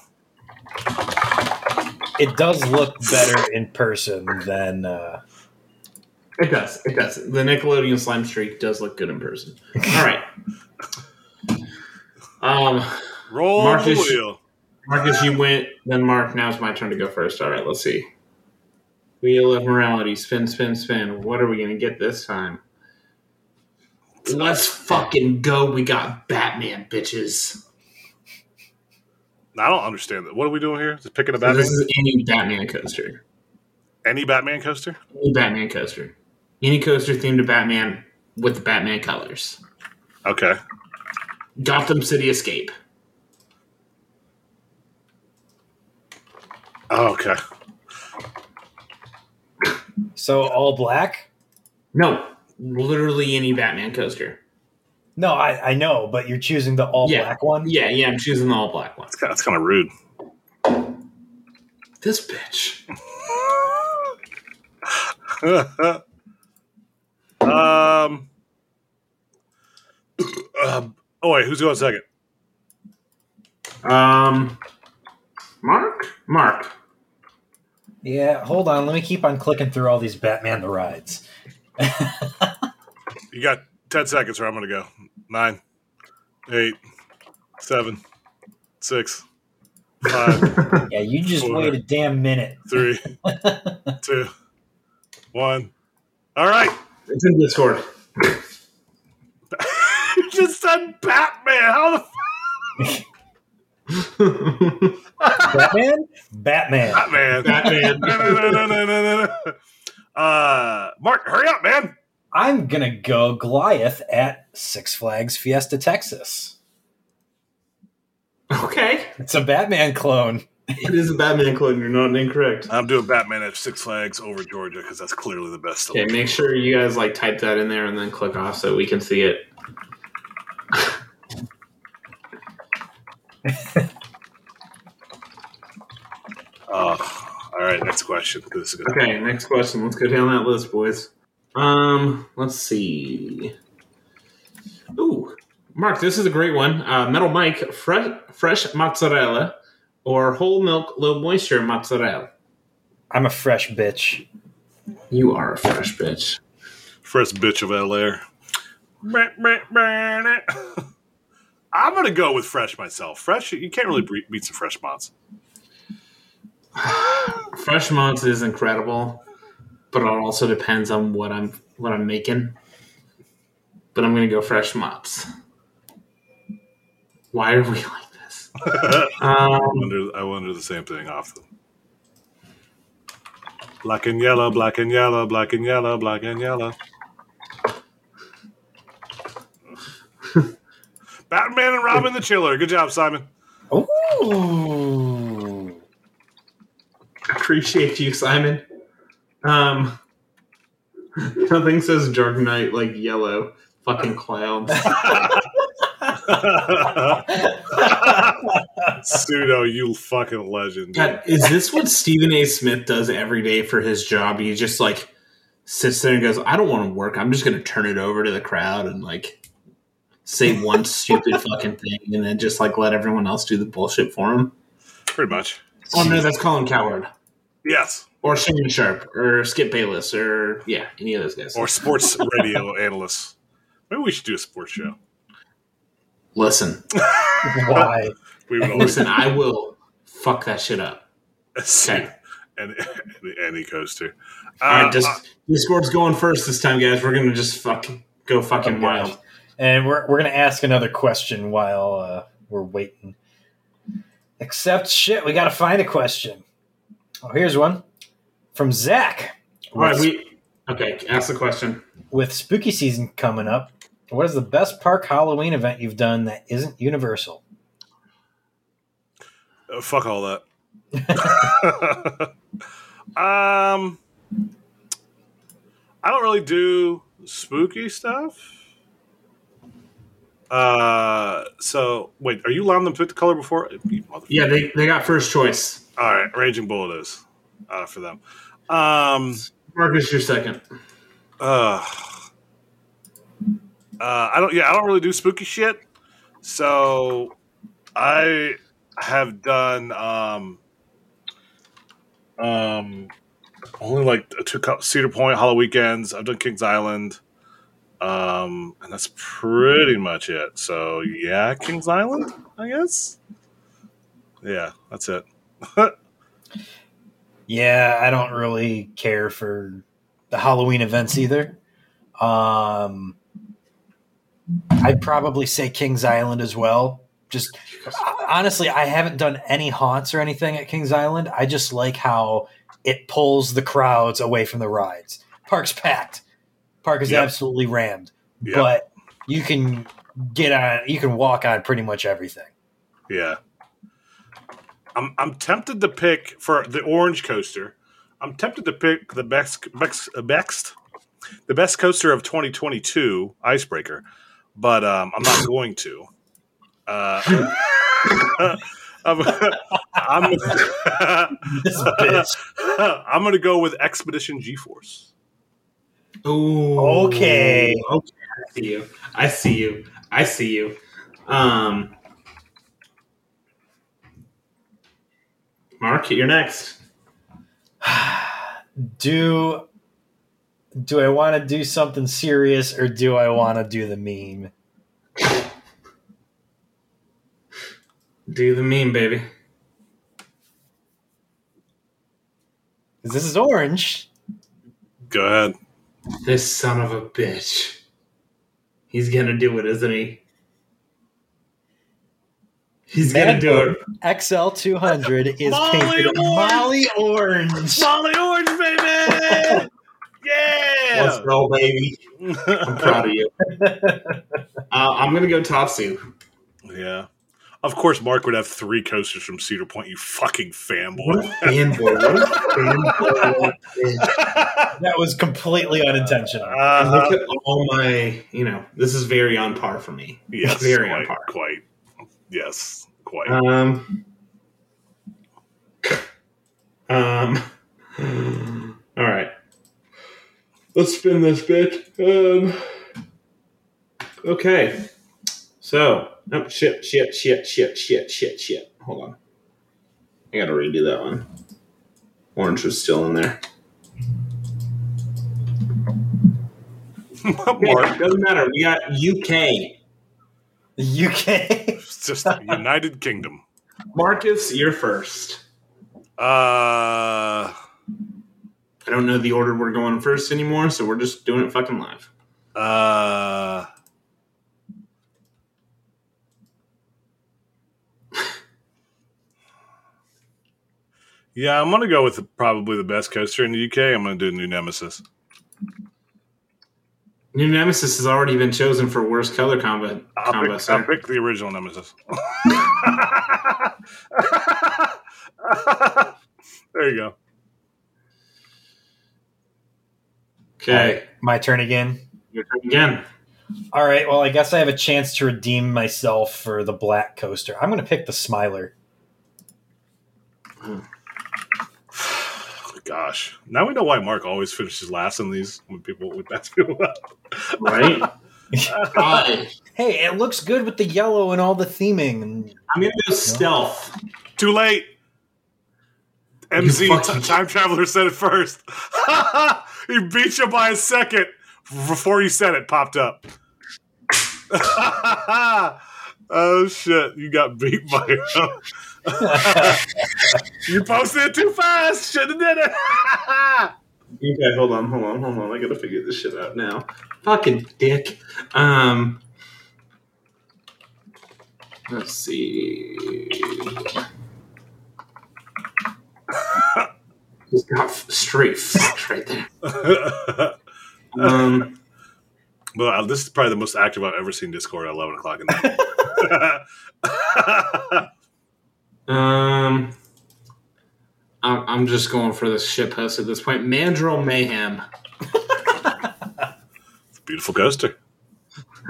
It does look better in person than. Uh,
It does. It does. The Nickelodeon slime streak does look good in person. All
<laughs>
right. Um,
Roll
Marcus-
the wheel.
Marcus, you went. Then Mark, now it's my turn to go first. All right, let's see. Wheel of morality, spin, spin, spin. What are we gonna get this time? Let's fucking go. We got Batman, bitches.
I don't understand that. What are we doing here? Just picking a
So
Batman?
this is any Batman coaster.
Any Batman coaster?
Any Batman coaster. Any coaster themed to Batman with the Batman colors.
Okay.
Gotham City Escape.
Oh, okay.
so all black?
No, literally any Batman coaster.
No, I, I know, but you're choosing the all
Yeah.
black one.
Yeah, yeah, I'm choosing the all black one.
That's kind of, that's kind of rude. <laughs>
This bitch.
um, <clears throat> um, oh, wait. Who's going second?
Um, Mark, Mark.
Yeah, hold on. Let me keep on clicking through all these Batman the rides.
You got 10 seconds or I'm going to go. Nine, eight, seven, six, five,
Yeah, you just
Four.
wait a damn minute.
three, two, one. All right. <laughs>
It's in Discord. <laughs>
you just said Batman. How the f-
Batman? Batman.
Batman? <laughs>
Batman.
no, no, no, no, no, no, no, no. Uh, Mark, hurry up, man.
I'm going to go Goliath at Six Flags Fiesta, Texas.
<laughs> okay.
It's a Batman clone.
It is a Batman clone. You're not incorrect.
I'm doing Batman at Six Flags over Georgia because that's clearly the best.
Okay, make sure you guys like type that in there and then click off so we can see it.
Oh, all right, next question. 'cause This is good.
Okay, next question. Let's go down that list, boys. Um, let's see. Ooh, Mark, this is a great one. Uh, Metal Mike, fresh, fresh mozzarella or whole milk, low moisture mozzarella.
I'm a fresh bitch.
You are a fresh bitch.
First bitch of L. Air. <laughs> I'm gonna go with fresh myself. Fresh, you can't really bre- beat some fresh mods. <laughs>
Fresh mozz is incredible, but it also depends on what I'm what I'm making. But I'm gonna go fresh mozz. Why are we <laughs> like this? um,
wonder, I wonder the same thing often. Black and yellow, black and yellow, black and yellow, black and yellow. Batman and Robin the Chiller. Good job, Simon. <laughs>
Ooh.
<laughs> appreciate you, Simon. Um, <laughs> nothing says Dark Knight like yellow. Fucking clowns.
Pseudo, you fucking legend. dude.
God, is this what Stephen A. Smith does every day for his job? He's just like, sits there and goes, I don't want to work. I'm just going to turn it over to the crowd and like say
<laughs>
one stupid fucking thing and then just like let everyone else do the bullshit for him.
Pretty much.
Oh no, that's Colin Coward
Yes.
or Shannon Sharp or Skip Bayless or yeah, any of those guys.
Or sports radio analysts. Maybe we should do a sports show.
listen,
Why?
We would always
listen, I will fuck that shit up.
<laughs> see
Okay.
and any coaster.
All
Uh,
right, Dis- Discord's going first this time, guys. We're gonna just fuck go fucking
Oh, gosh.
wild.
And we're, we're going to ask another question while uh, we're waiting. Except, shit, we got to find a question. Oh, here's one from Zach.
All right, we okay. Ask the question.
With spooky season coming up, what is the best park Halloween event you've done that isn't Universal?
Uh, fuck all
<laughs>
that. um, I don't really do spooky stuff. Uh, so wait, are you allowing them to pick the color before? You motherfucker.
Yeah, they, they got first choice.
All right, raging bull it is uh, for them. Um,
Marcus, your second.
uh, uh, I don't. Yeah, I don't really do spooky shit. So I have done um, um, only like two cou- Cedar Point Hollow weekends. I've done Kings Island, um, and that's pretty much it. So yeah, Kings Island, I guess. Yeah, that's it.
Yeah, I don't really care for the Halloween events either. Um, I'd probably say Kings Island as well. Just honestly, I haven't done any haunts or anything at Kings Island. I just like how it pulls the crowds away from the rides. Park's packed. Park is
Yep.
absolutely rammed,
Yeah,
but you can get on, you can walk on pretty much everything.
Yeah. I'm I'm tempted to pick for the orange coaster. I'm tempted to pick the best best, uh, best the best coaster of 2022, Icebreaker, but um, I'm not going to. Uh, <laughs> I'm, <laughs> I'm, <laughs>
This bitch.
I'm going to go with Expedition G-Force.
Ooh.
Okay.
Okay. I see you. I see you. I see you. Um, Mark, you're next.
do do I want to do something serious or do I want to do the meme?
Do the meme, baby.
'Cause this is orange.
Go ahead.
This son of a bitch. He's gonna do it, isn't he? He's gonna
Mad
do it.
XL two hundred is painted
Molly orange.
Molly orange.
Molly Orange, <laughs> baby!
Let's
yeah!
go, baby. I'm proud of you. uh, I'm gonna go Tatsu.
Yeah. Of course, Mark would have three coasters from Cedar Point, you fucking fanboy.
Fanboy. What a fanboy. bitch.
That was completely unintentional.
And
Uh,
<laughs> look at all my, you know, this is very on par for me.
yes,
very on
quite,
par.
quite. Yes, quite.
Um, um, <sighs> all right. Let's spin this bitch. Um, okay. So, nope, shit, shit, shit, shit, shit, shit, shit. Hold on. I gotta redo that one. Orange was still in there.
<laughs> Mark,
Doesn't matter. We got UK.
The UK.
it's just the United Kingdom.
Marcus, you're first.
Uh,
I don't know the order we're going first anymore, so we're just doing it fucking live.
uh, <laughs> yeah, I'm gonna go with the, probably the best coaster in the UK. I'm gonna do New Nemesis.
New Nemesis has already been chosen for worst color combo.
I'll
combo
pick, I'll
sir.
pick the original Nemesis. <laughs> there you go.
Okay,
My turn again.
your turn again.
All right. Well, I guess I have a chance to redeem myself for the black coaster. I'm going to pick the Smiler.
gosh. Now we know why Mark always finishes last in these when people would ask people <laughs>
right? God.
Hey, it looks good with the yellow and all the theming.
<laughs>
And
I'm gonna go stealth.
Too late. MZ
You fucking-
t- time traveler said it first. <laughs> he beat you by a second before you said it popped up. <laughs> oh shit! You got beat by him. <laughs> you posted it too fast. Should have <laughs> did it.
Okay, hold on, hold on, hold on. I gotta figure this shit out now. Fucking dick. Um, let's see. <laughs> Just got f- straight fucked right there. Um,
Well, uh, this is probably the most active I've ever seen Discord at 11 o'clock in
<laughs>
the night.
um, I'm, I'm just going for this shit post at this point. Mandrill Mayhem.
<laughs> it's a beautiful coaster.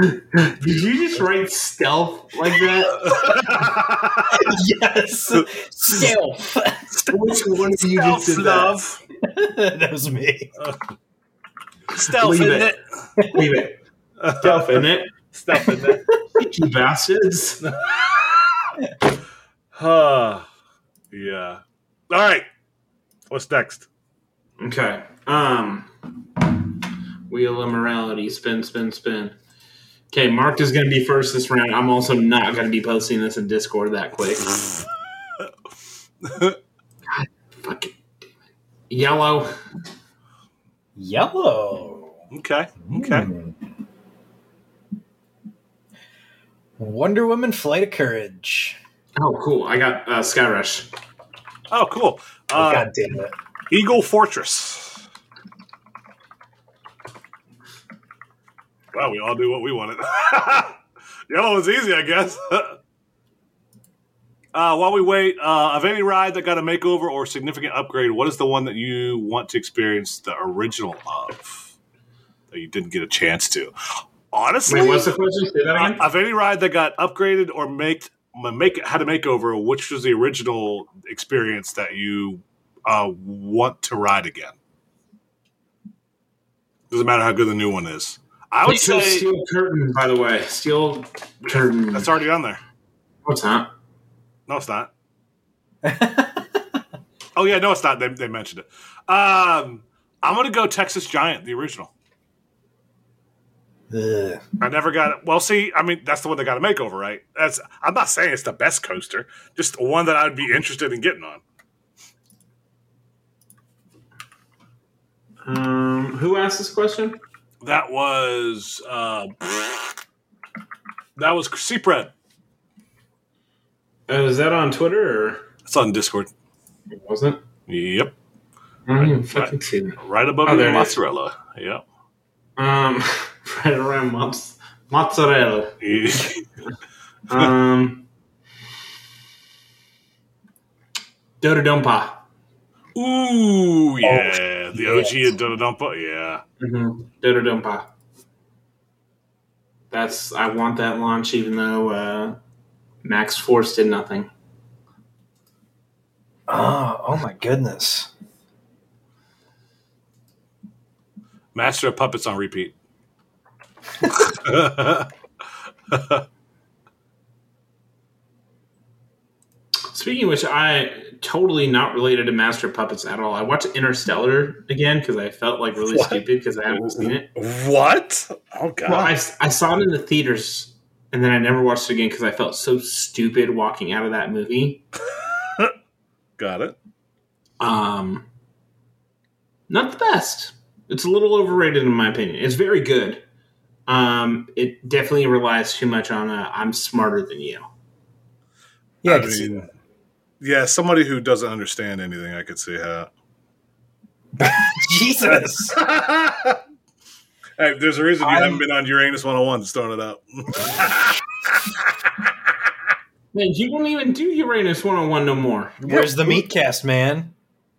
Did you just write stealth like <laughs> that?
yes, stealth. <laughs>
Which one of you just did that?
that was me.
Stealth,
Leave it. Leave it.
<laughs>
Stealth in it.
Stealth, isn't it?
You bastards.
<laughs> Huh. yeah. All right. What's next?
Okay. Um Wheel of Morality, spin, spin, spin. Okay, Mark is gonna be first this round. I'm also not gonna be posting this in Discord that
<laughs>
quick. God, fucking damn it. Yellow.
Yellow.
Okay. Okay.
Hmm. Wonder Woman Flight of Courage.
Oh, cool. I got uh, Sky Rush.
Oh, cool. Uh,
God damn it.
Eagle Fortress. Well, we all do what we wanted. <laughs> Yellow was easy, I guess. <laughs> uh, while we wait, uh, of any ride that got a makeover or significant upgrade, what is the one that you want to experience the original of that you didn't get a chance to? Honestly,
Wait, what's the question? Say that again.
Uh, of any ride that got upgraded or make make had a makeover, which was the original experience that you uh, want to ride again? Doesn't matter how good the new one is. I would
It's still
say
Steel Curtain, by the way. Steel Curtain.
that's already on there.
No, it's not.
No, it's not. oh yeah, no, it's not. They, they mentioned it. Um, I'm gonna go Texas Giant, the original.
Ugh.
I never got it. Well, see, I mean, that's the one that got a makeover, right? That's. I'm not saying it's the best coaster, just one that I'd be interested in getting on.
Um, who asked this question?
That was uh, that was Seapred.
Uh, is that on Twitter or
It's on Discord.
it wasn't?
Yep,
I don't even fucking see that.
right above
Oh,
the
there it is.
mozzarella. Yep. <laughs>
Um, <laughs> right around mozz- mozzarella. Um, Dota Dumpa.
Ooh, yeah, the OG
yes.
of Dunadumpa. Yeah,
Mm-hmm. Dota Dumpa. That's I want that launch, even though uh, Max Force did nothing.
Oh, oh my goodness.
Master of Puppets on <laughs> repeat.
Speaking of which, I totally not related to Master Puppets at all. I watched Interstellar again because I felt like really
What?
stupid because I hadn't seen it.
what? Oh god.
Well, I, I saw it in the theaters, and then I never watched it again because I felt so stupid walking out of that movie.
Got it.
Um, not the best. It's a little overrated in my opinion. It's very good. Um, it definitely relies too much on i "I'm smarter than you."
Yeah, I
I
can see
mean-
that.
Yeah, somebody who doesn't understand anything, I could see how.
<laughs> Jesus.
<laughs> Hey, there's a reason you
I-
haven't been on Uranus 101. Just throwing it up.
Man, you won't even do Uranus one on one no more.
Where's the meat cast, man?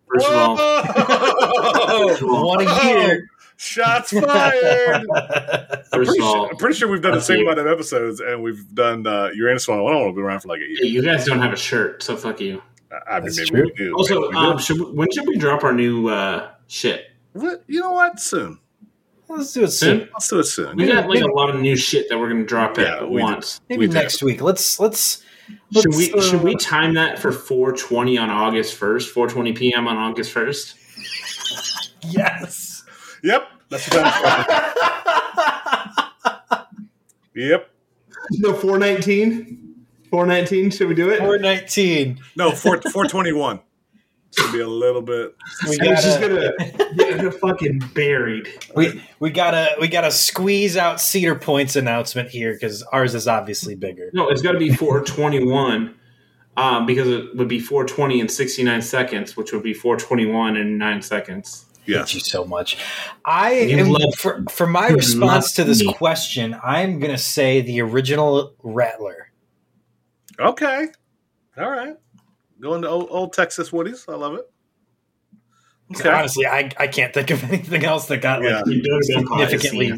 First of all,
Whoa! <laughs>
first of all,
One a year. <laughs>
Shots fired!
first
pretty
of
sure,
all
I'm pretty sure we've done the
That's
same
you.
amount of episodes, and we've done uh, Uranus 101. We've been around for like a year.
hey, you guys don't have a shirt, so fuck you.
I mean,
That's true.
maybe we do.
Also,
Maybe we
um, should we, when should we drop our new uh, shit?
do. What- you know what? Soon.
Let's do it soon.
Let's do it soon.
We
Yeah,
got like a lot of new shit that we're gonna drop
Yeah,
at
we do.
once.
Maybe
we did.
next week. Let's let's.
Should
let's,
we
uh,
should
<laughs>
we time that for 4:20 on August 1st, 4:20 p.m. on August 1st?
Yes.
Yep. That's what I'm <laughs> Yep.
No, 4:19. 4:19. Should we do it?
Four
<laughs>
nineteen.
No, 4, 421. Should be a little bit.
We
It's just
gotta,
<laughs> gonna get fucking buried.
we, we gotta we gotta squeeze out Cedar Point's announcement here because ours is obviously bigger.
No, it's got to be 421 um, because it would be 420 and 69 seconds, which would be 421 and 9 seconds.
Yes.
Thank you so much. I
You
am,
love-
for, for my
you
response to
love
this
me.
question, I'm going to say the original Rattler.
Okay. All right. Going to old, old Texas Woodies. I love it.
'Cause
Okay.
Honestly, I, I can't think of <laughs> anything else that got
Yeah.
like Significantly.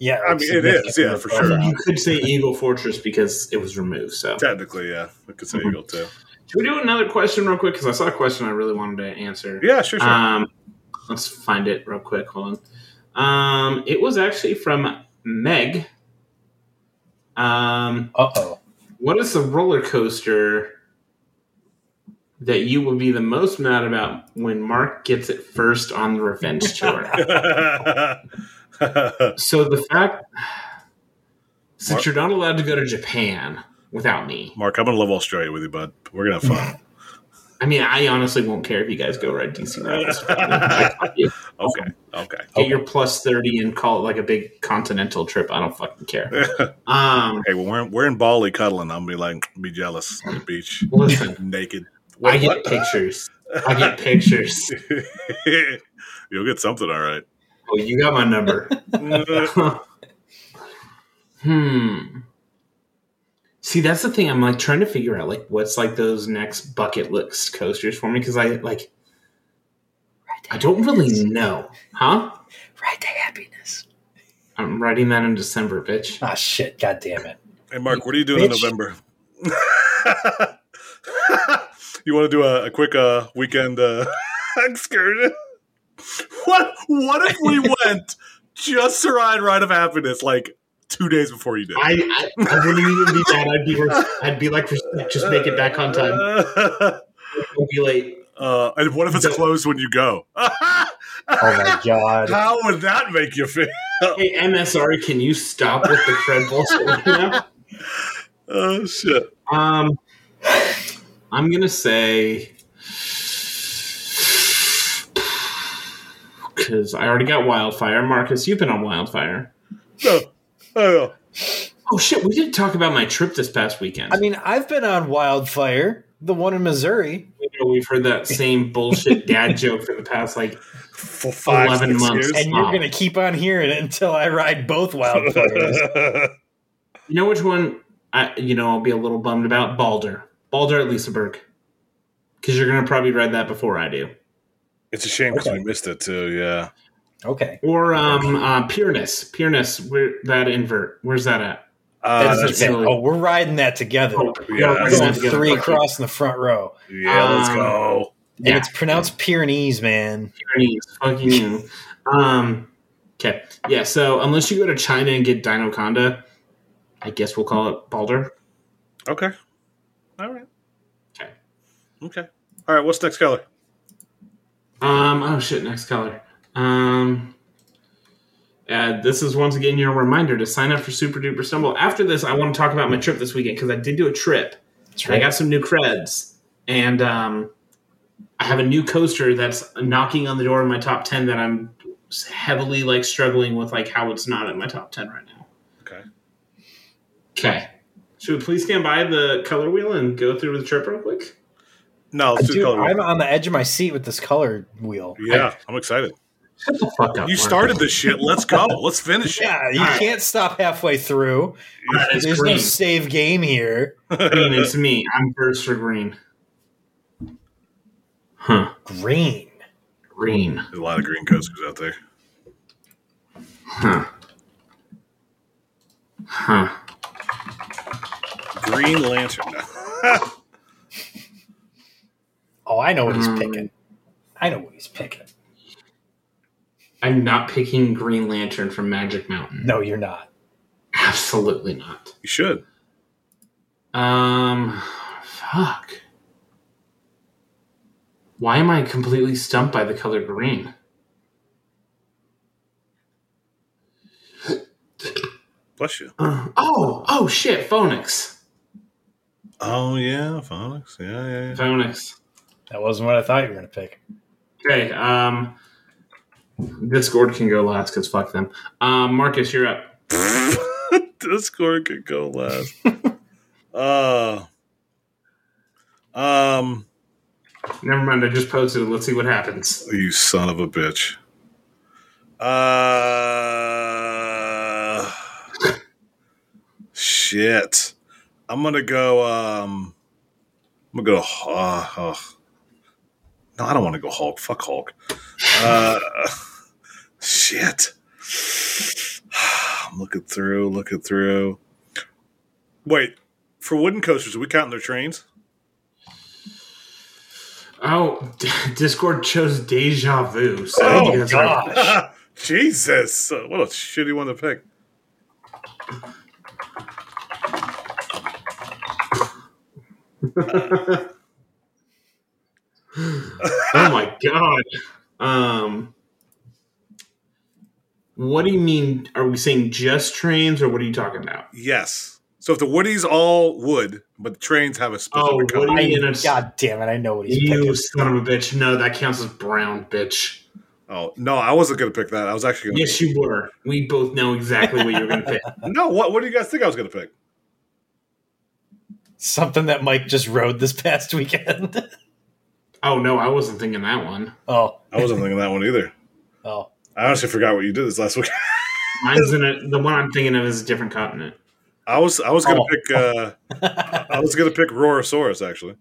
yeah.
I
like,
mean, it is,
significantly
yeah, for
above
sure.
that.
You could say Eagle Fortress because it was removed. So,
Technically, yeah. I could say Eagle too.
should we do another question real quick? Because I saw a question I really wanted to answer.
Yeah, sure, sure.
Um, let's find it real quick. Hold on. Um, it was actually from Meg. Um,
Uh oh.
what is the roller coaster that you will be the most mad about when Mark gets it first on the revenge tour?
<laughs>
so the fact since
Mark-
you're not allowed to go to Japan without me,
Mark, I'm gonna love Australia with you, bud. We're gonna have fun.
I mean, I honestly won't care if you guys go ride DC Rivals. Get
Okay. Okay.
your plus thirty and call it like a big continental trip. I don't fucking care.
hey,
Um,
well, we're in, we're in Bali cuddling. I'm gonna be like, be jealous on the beach, <laughs>
listen,
naked.
I get pictures. I get pictures.
You'll get something, all right.
Oh, you got my number. <laughs> Hmm. See, that's the thing. I'm like trying to figure out like what's like those next bucket list coasters for me because I like I don't really know, huh?
Ride to happiness.
I'm writing that in December, bitch.
Ah, shit. God damn it.
hey, Mark, what are you doing in
Bitch.
November? <laughs> you want to do a, a quick uh, weekend uh, <laughs> excursion? What What if we went just to ride Ride of Happiness like two days before you did?
I, I I wouldn't even be mad. I'd be re- I'd be like respect, just make it back on time.
<laughs>
Don't be late.
Uh, and what if it's
Don't-
closed when you go? <laughs>
Oh my God.
How would that make you feel?
Hey MSR, can you stop with the Fred bullshit right now?
Oh shit!
Um, I'm gonna say because I already got wildfire. Marcus, you've been on wildfire.
No, oh,
Oh shit, we didn't talk about my trip this past weekend.
I mean, I've been on wildfire, the one in Missouri.
You know, we've heard that same bullshit dad <laughs> joke for the past like
for five
11
six
months.
And
years.
you're going to keep on hearing it until I ride both wildfires.
<laughs>
you know which one I you know I'll be a little bummed about Balder Balder at Lisaberg because you're gonna probably read that before I do
it's a shame because
Okay.
we missed it too. Yeah,
Okay.
or um uh, Pyrenees Pyrenees where that invert where's that at
uh,
That's
that's, Oh,
that's
the thing.
really-
Oh, we're riding that together.
Yeah,
We're
we're
that's-
going
together.
three
Fuck you.
across in the front row.
yeah. let's
um,
go.
And
Yeah.
it's pronounced Pyrenees, man.
Pyrenees, fucking you. Um, okay, yeah. So unless you go to China and get Dinoconda, I guess we'll call it Balder.
Okay. All right.
Okay.
Okay. All right. What's next color?
Um, oh shit, next color. Um, uh, this is once again your reminder to sign up for Super Duper Stumble. After this, I want to talk about my trip this weekend because I did do a trip. I got some new creds, and um, I have a new coaster that's knocking on the door of my top ten that I'm heavily like struggling with, like how it's not in my top ten right now.
Okay.
Okay. Should we please stand by the color wheel and go through the trip real quick?
No, let's do
Dude,
color.
I'm on the edge of my seat with this color wheel.
yeah, I'm excited.
Shut the fuck up.
You started this shit. Let's
<laughs>
go. Let's finish it.
Yeah, you
All right.
can't stop halfway through.
It's
There's
green.
no save game here.
green.
<laughs>
It's me. I'm first for green. Huh.
Green.
Green.
There's a lot of green coasters out there.
Huh. Huh.
Green Lantern.
Oh, I know what he's
Um,
picking. I know what he's picking.
I'm not picking Green Lantern from Magic Mountain.
No, you're not.
Absolutely not.
<laughs> You should.
Um, fuck. Why am I completely stumped by the color green?
Bless you.
Uh, <clears throat> oh, oh shit, Phonics.
Oh yeah, phonics. Yeah, yeah, yeah.
Phonics.
That wasn't what I thought you were going to pick.
Okay, um, Discord can go last because fuck them. Um, Marcus, you're up.
<laughs> Discord could go last. <laughs> uh, um,
Never mind, I just posted it. Let's see what happens.
you son of a bitch. Uh, shit. I'm gonna go. Um, I'm gonna go. Uh, uh, no, I don't want to go Hulk. Fuck Hulk. Uh, <laughs> shit. <sighs> I'm looking through. Looking through. Wait, for wooden coasters, are we counting their trains?
Oh, <laughs> Discord chose Deja Vu. So
Oh,
you guys are-
<laughs> Jesus, uh, what a shitty one to pick.
oh my god. Um, what do you mean? Are we saying just trains, or what are you talking about?
Yes. So if the Woody's all wood, but the trains have a
Oh,
specific color.
Woody-
I,
mean, it's-
God damn it! I know what he's
You
picking.
son of a bitch! No, that counts as brown, bitch.
Oh no, I wasn't gonna pick that. I was actually gonna.
Yes, you were. We both know exactly what you're going to pick.
No, what? What do you guys think I was gonna pick?
Something that Mike just rode this <laughs> past weekend. <laughs>
Oh no, I wasn't thinking that one.
oh,
I wasn't thinking that one either.
oh,
I honestly forgot what you did this last week. <laughs>
Mine's in a, the one I'm thinking of is a different continent.
I was I was gonna
Oh.
pick. Uh, I was gonna pick Rorosaurus actually.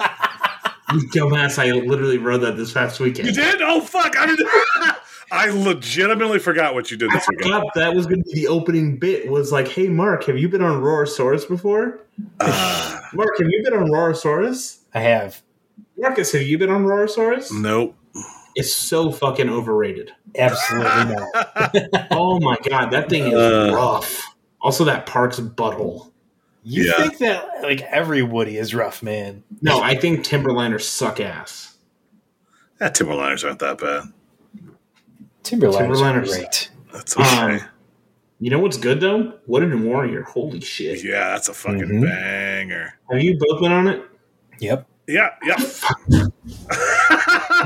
You dumbass! I literally wrote that this past weekend.
You did? Oh fuck! I did. <laughs> I legitimately forgot what you did
I
this weekend. <laughs>
forgot that was going to be the opening bit. Was like, hey, Mark, have you been on Rorosaurus before?
Uh,
Mark, have you been on Rorosaurus?
I have.
Marcus, have you been on Rorosaurus?
nope.
Mm. It's so fucking overrated.
Absolutely not.
oh my god, that thing is
Uh.
rough. Also, that park's butthole.
You
Yeah.
think that like every Woody is rough, man?
No, I think Timberliners suck ass.
That Timberliners aren't that bad.
Timberline's
Timberliner's-
great.
That's okay.
You know what's good though? Wooded and Warrior. Holy shit.
yeah, that's a fucking
Mhm.
banger.
Have you both been on it?
Yep.
Yeah, <laughs> yeah.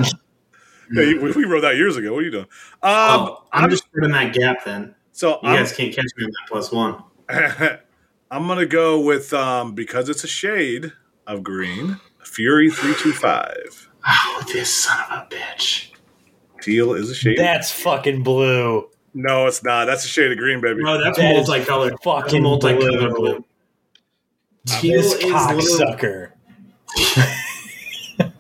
Yeah, you- we, we wrote that years ago. What are you doing? Um,
oh, I'm,
I'm-
just filling that gap then.
so
You guys can't catch me on that plus one.
I'm, <laughs> I'm gonna go with um, because it's a shade of green. Fury three two five.
Oh, this son of a bitch.
Teal is a shade.
That's fucking blue.
no, it's not. That's a shade of green, baby.
No, that's
That is
multicolored. That's
Fucking
multicolored
blue.
blue. Teal
This
is, literally,
cocksucker.
And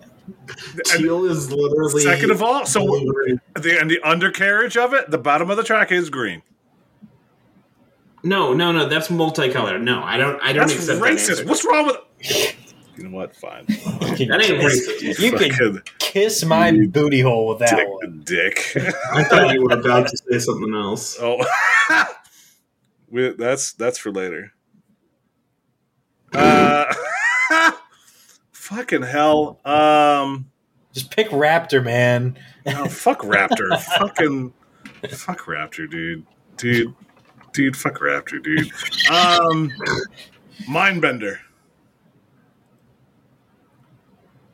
teal is literally.
second of all, so
blue.
the and the undercarriage of it, the bottom of the track is green.
No, no, no. That's multicolored. No, I don't. I don't
That's
accept
racist.
that. answer.
What's wrong with? You know what? Fine.
You can,
That ain't
kiss,
racist.
you can
Fucking
kiss my booty hole with that one.
dick. <laughs> dick.
I thought you were about to say something else.
Oh, <laughs> we, that's that's for later. Uh, <laughs> fucking hell. Um,
Just pick Raptor, man.
no, fuck
<laughs>
Raptor. fucking fuck Raptor, dude. Dude, dude, fuck Raptor, dude. Um, Mindbender.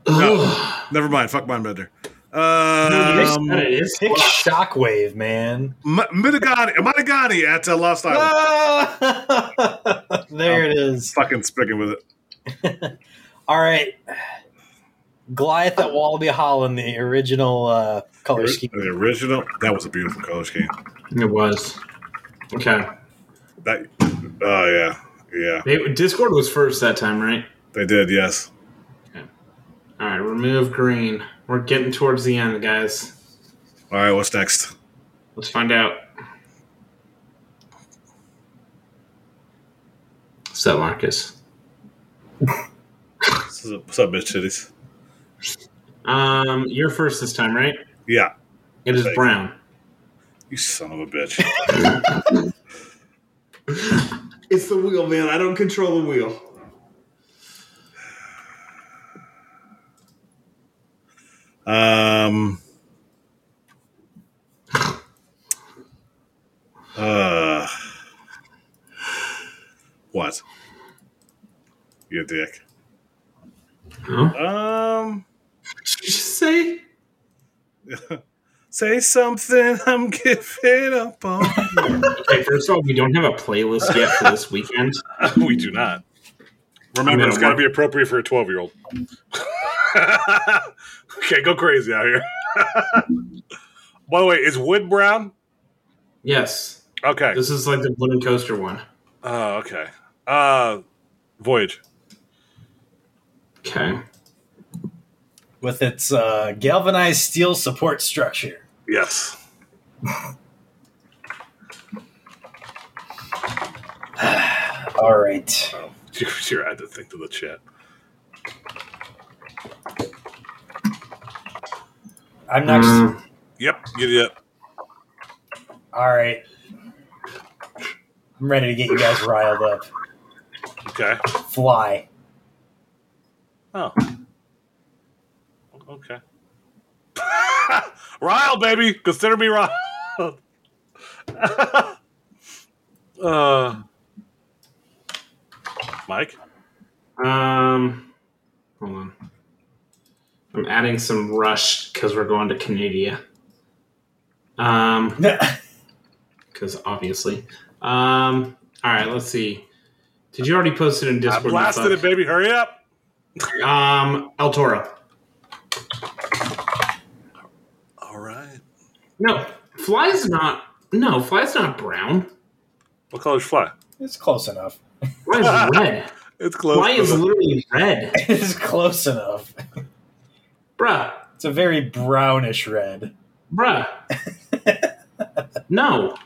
Ugh.
Never mind. Fuck Mindbender.
No, you
Um,
said it. It's
Pick
fucked.
Shockwave, man.
M- Mitigani, Mitigani at uh, Lost Island.
Ah! <laughs> there it is.
Fucking sticking with it.
All right. Goliath at Wallaby Holland, the original uh, color scheme.
The original. That was a beautiful color scheme.
It was. Okay.
That. Oh yeah, yeah.
They, Discord was first that time, right?
They did. Yes.
All right, remove green. We're getting towards the end, guys.
All right, what's next?
Let's find out. What's up, Marcus?
What's up, what's up, bitch titties?
Um, you're first this time, right?
Yeah.
It is
Thank you.
brown.
You son of a bitch.
<laughs> It's the wheel, man. I don't control the wheel.
Um. Uh. What? You dick.
Huh?
Um.
Did you just say?
Say something. I'm giving up on.
Okay, first of all, we don't have a playlist yet for this weekend.
<laughs> we do not. Remember,
I'm
it's got
gonna
to
work-
be appropriate for a 12 year old. <laughs> okay, go crazy out here. <laughs> By the way, is wood brown?
Yes,
Okay.
this is like the balloon coaster one.
Oh, okay. Uh, Voyage.
Okay.
with its uh, galvanized steel support structure.
Yes.
All right.
Oh, <laughs> you're I had to think to the chat.
I'm next.
Um,
Yep. Giddy up.
All right. I'm ready to get you guys riled up.
Okay.
Fly. <laughs>
Oh. <laughs> Okay. Ryle, baby. Consider me Ryle. <laughs> uh, Mike?
um, hold on. I'm adding some rush because we're going to Canada. Um, because obviously. Um, all right, let's see. Did you already post it in
I
Discord? you
blasted it,
fuck?
baby. Hurry up.
Um, El Toro.
All right.
No, fly's not. No, fly's not brown.
What color's fly?
it's close enough. <laughs>
Fly's
<laughs>
red.
It's close.
Fly
to
is
the-
literally red,
It's close enough.
bruh,
It's a very brownish red. <laughs>
bruh. No,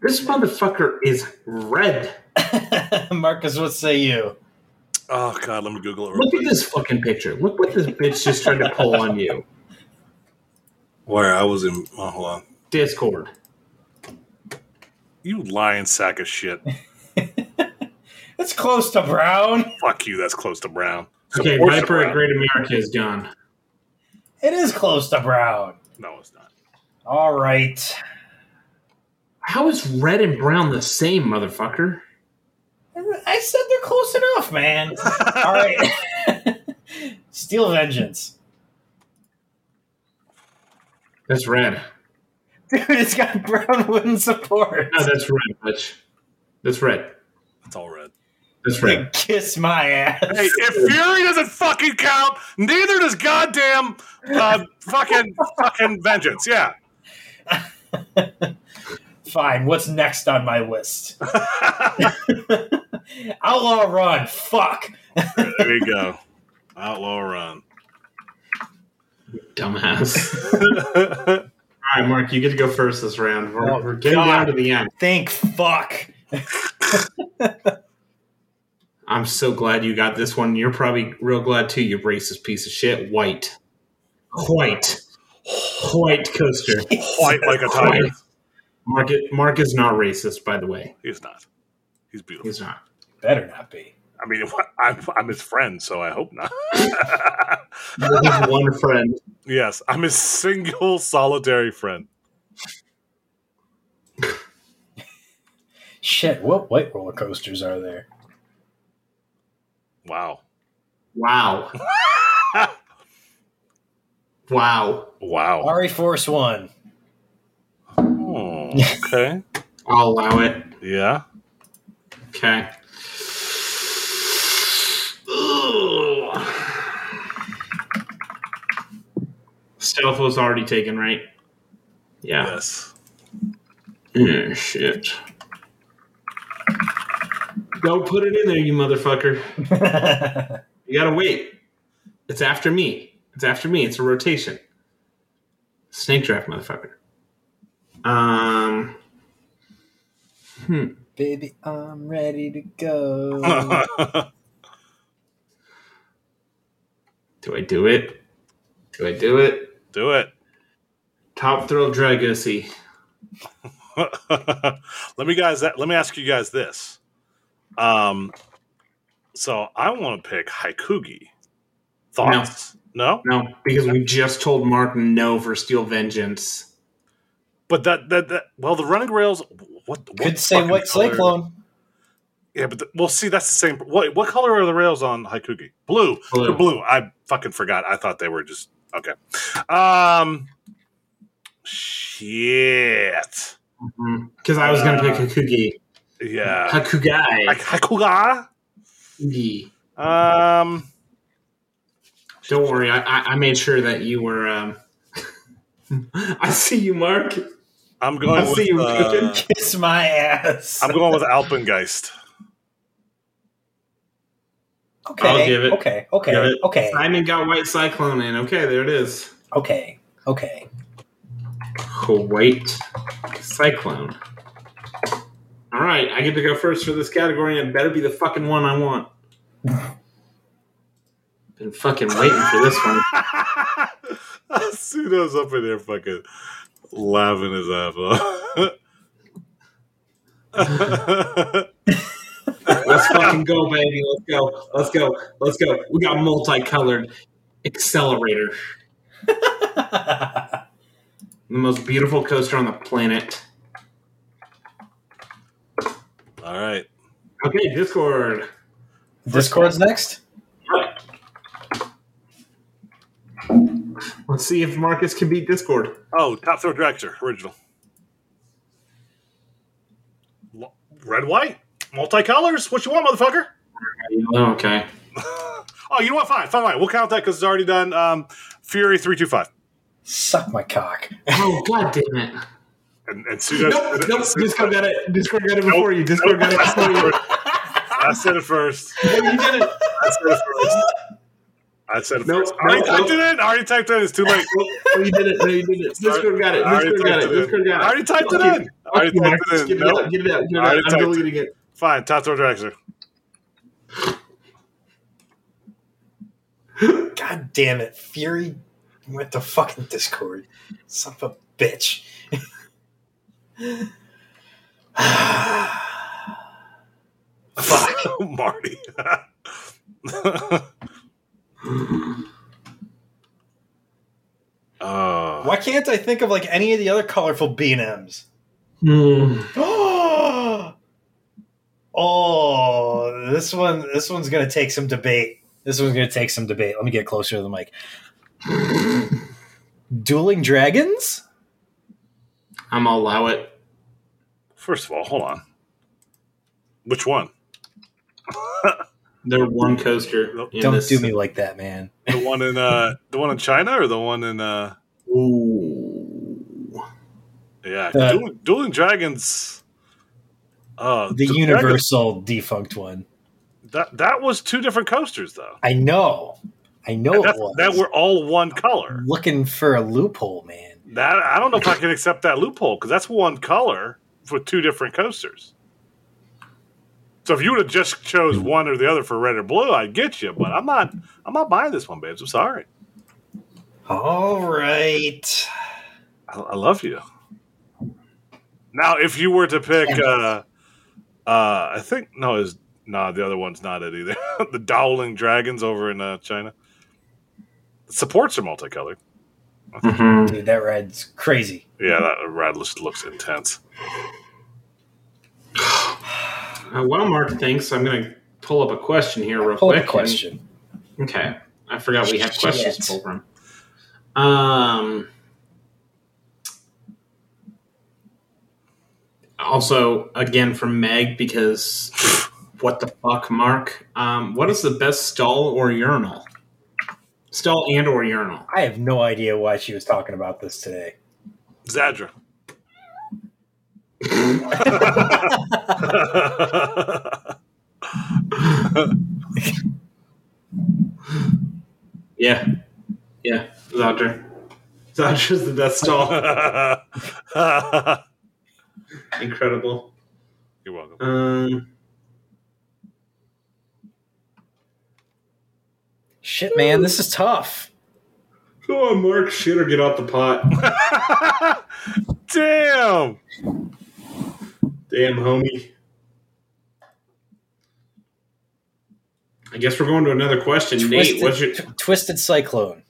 this motherfucker is red.
Marcus, what say you?
oh, God. Let me Google it real
Look
quick.
at this fucking picture. Look what this bitch just tried to pull on you.
Where I was in. Oh, hold on.
Discord.
You lying sack of
<laughs>
shit.
It's close to brown.
Fuck you. That's close to brown. It's
Okay,
a portion of
Viper at
brown.
Great America is gone.
It is close to brown.
No, it's not.
All right.
How is red and brown the same, motherfucker?
I said they're close enough, man. All right. <laughs> Steel Vengeance. <laughs>
That's red.
Dude, it's got brown wooden support.
No, that's red, bitch. That's red.
<laughs> It's all red.
That's red.
Kiss my ass.
Hey, if Fury doesn't fucking count, neither does goddamn uh, fucking fucking Vengeance. Yeah.
Fine. What's next on my list? <laughs> Outlaw Run. Fuck.
There you go. Outlaw Run.
Dumbass. <laughs> All right, Mark, you get to go first this round. We're,
Oh,
we're getting
God.
down to the end.
Think fuck.
I'm so glad you got this one. You're probably real glad too, you racist piece of shit. White. White. White coaster.
White like a tiger.
White. Mark, i- Mark is not racist, by the way.
He's not. He's beautiful.
He's not.
Better not be.
I mean, <laughs> I'm, I'm his friend, so I hope not. <laughs>
You're his one friend.
yes, I'm his single solitary friend.
Shit. What white roller coasters are there?
Wow. <laughs>
Wow. Wow.
Wow.
RE Force One. <laughs>
Oh, okay.
I'll allow it.
Yeah.
Okay. Ugh. Stealth was already taken, right? Yeah.
Yes. <laughs>
Yeah, shit. Don't put it in there, you motherfucker. You gotta wait. It's after me. It's after me. It's a rotation. Snake draft, motherfucker. Um.
Baby,
<laughs>
I'm ready to go.
All
Do I do it? Do I do it?
Do it.
Top thrill drug OC.
<laughs> let me guys. Let me ask you guys this. Um, so I want to pick Haikugi. Thoughts? No.
No, because we just told Mark no for Steel Vengeance.
But that, that that well, the running rails. What, what
Could say
fucking
White
color-
Cyclone.
Yeah, but the, well, see, that's the same. What what color are the rails on Haikugi? Blue.
Blue.
They're blue. I fucking forgot. I thought they were just okay. Um, shit.
Because Mm-hmm. I was going to pick Hakugi.
Yeah. Like
Hakugai.
Haikuga.
Hakugi.
Um,
Don't worry, I, I, I made sure that you were. Um... <laughs> I see you, Mark.
I'm going.
I
with,
see you
uh,
cooking.
Kiss my ass.
I'm going with Alpengeist.
okay.
I'll give it.
Okay. Okay.
Give it.
Okay.
Simon got White Cyclone in. Okay, there it is.
Okay. Okay. <laughs>
Kuwait Cyclone. All right, I get to go first for this category, and it better be the fucking one I want. Been fucking waiting for this one.
<laughs> Sudo's up in there fucking laughing his ass off. <laughs>
Let's fucking go, baby. Let's go. Let's go. Let's go. We got multicolored accelerator, the most beautiful coaster on the planet.
All right.
Okay, Discord.
Discord's next.
Let's see if Marcus can beat Discord.
Oh, Top Throw Dragster, original. Lo- Red, white, multicolors. What you want, motherfucker? <laughs>
Okay.
Oh, you know what? Fine, fine, fine. We'll count that because it's already done. Um, Fury three two five.
Suck my cock.
Oh god damn it.
And, and Sudo.
Nope, nope. Discord got it. Discord got it before you. Discord got it before you.
<laughs> I said it first.
No, you did it.
I said it first. I said it
Nope,
first. I already
nope,
typed
nope.
it in. I already typed it in. It's too late.
No, you did it. No, you did it. Discord got it.
I already
Discord got
typed
it.
it in.
Discord got it.
I already typed it
Fuck
in.
you.
I already
Fuck you,
typed
Marcus.
it in.
Get it out.
Nope.
Get it out. Get it
I already
out. I'm
typed it.
deleting it.
Fine. Top throw
<laughs>
dragster.
God damn it. Fury went to fucking Discord. Son of a bitch.
Fuck, <laughs> Marty. Oh.
Why can't I think of like any of the other colorful <gasps> B&Ms?
Hmm.
oh, this one this one's gonna take some debate. This one's gonna take some debate. Let me get closer to the mic. Dueling Dragons?
I'm gonna allow it.
First of all, hold on. Which one?
They're one coaster. in
Don't
this-
do me like that, man.
The one in uh the one in China or the one in uh
Ooh.
yeah,
The-
Dueling, Dueling Dragons uh
The
Dueling Dragons-
universal defunct one.
that that was two different coasters though.
I know. I know it
That's-
was.
that were all one color.
looking for a loophole, man.
That I don't know if I can accept that loophole because that's one color for two different coasters. So if you would have just chose one or the other for red or blue, I'd get you. But I'm not. I'm not buying this one, babes. I'm sorry.
All right.
I, I love you. Now, if you were to pick, uh, uh, I think no is no the other one's not it either. <laughs> the Dowling Dragons over in uh, China. The supports are multicolored.
Mhm.
Dude, that ride's crazy.
Yeah, that red list looks intense.
Uh, while Mark thinks, I'm gonna pull up a question here real
Pull up
quick.
a question.
Okay. I forgot we had questions
Shit.
to pull from. Um, also, again from Meg,
<laughs>
because what the fuck, Mark? Um, what is the best stall or urinal? Stall and or urinal.
I have no idea why she was talking about this today.
Zadra.
Yeah. Yeah. Zodger. Zodger's the best stall. <laughs> Incredible.
<laughs> You're welcome. <laughs>
Um,
Shit, man, this is tough.
Go on, Mark. Shit or get out the pot.
Damn.
Damn, homie. I guess we're going to another question. Nate, what's your.
Tw- Twisted Cyclone.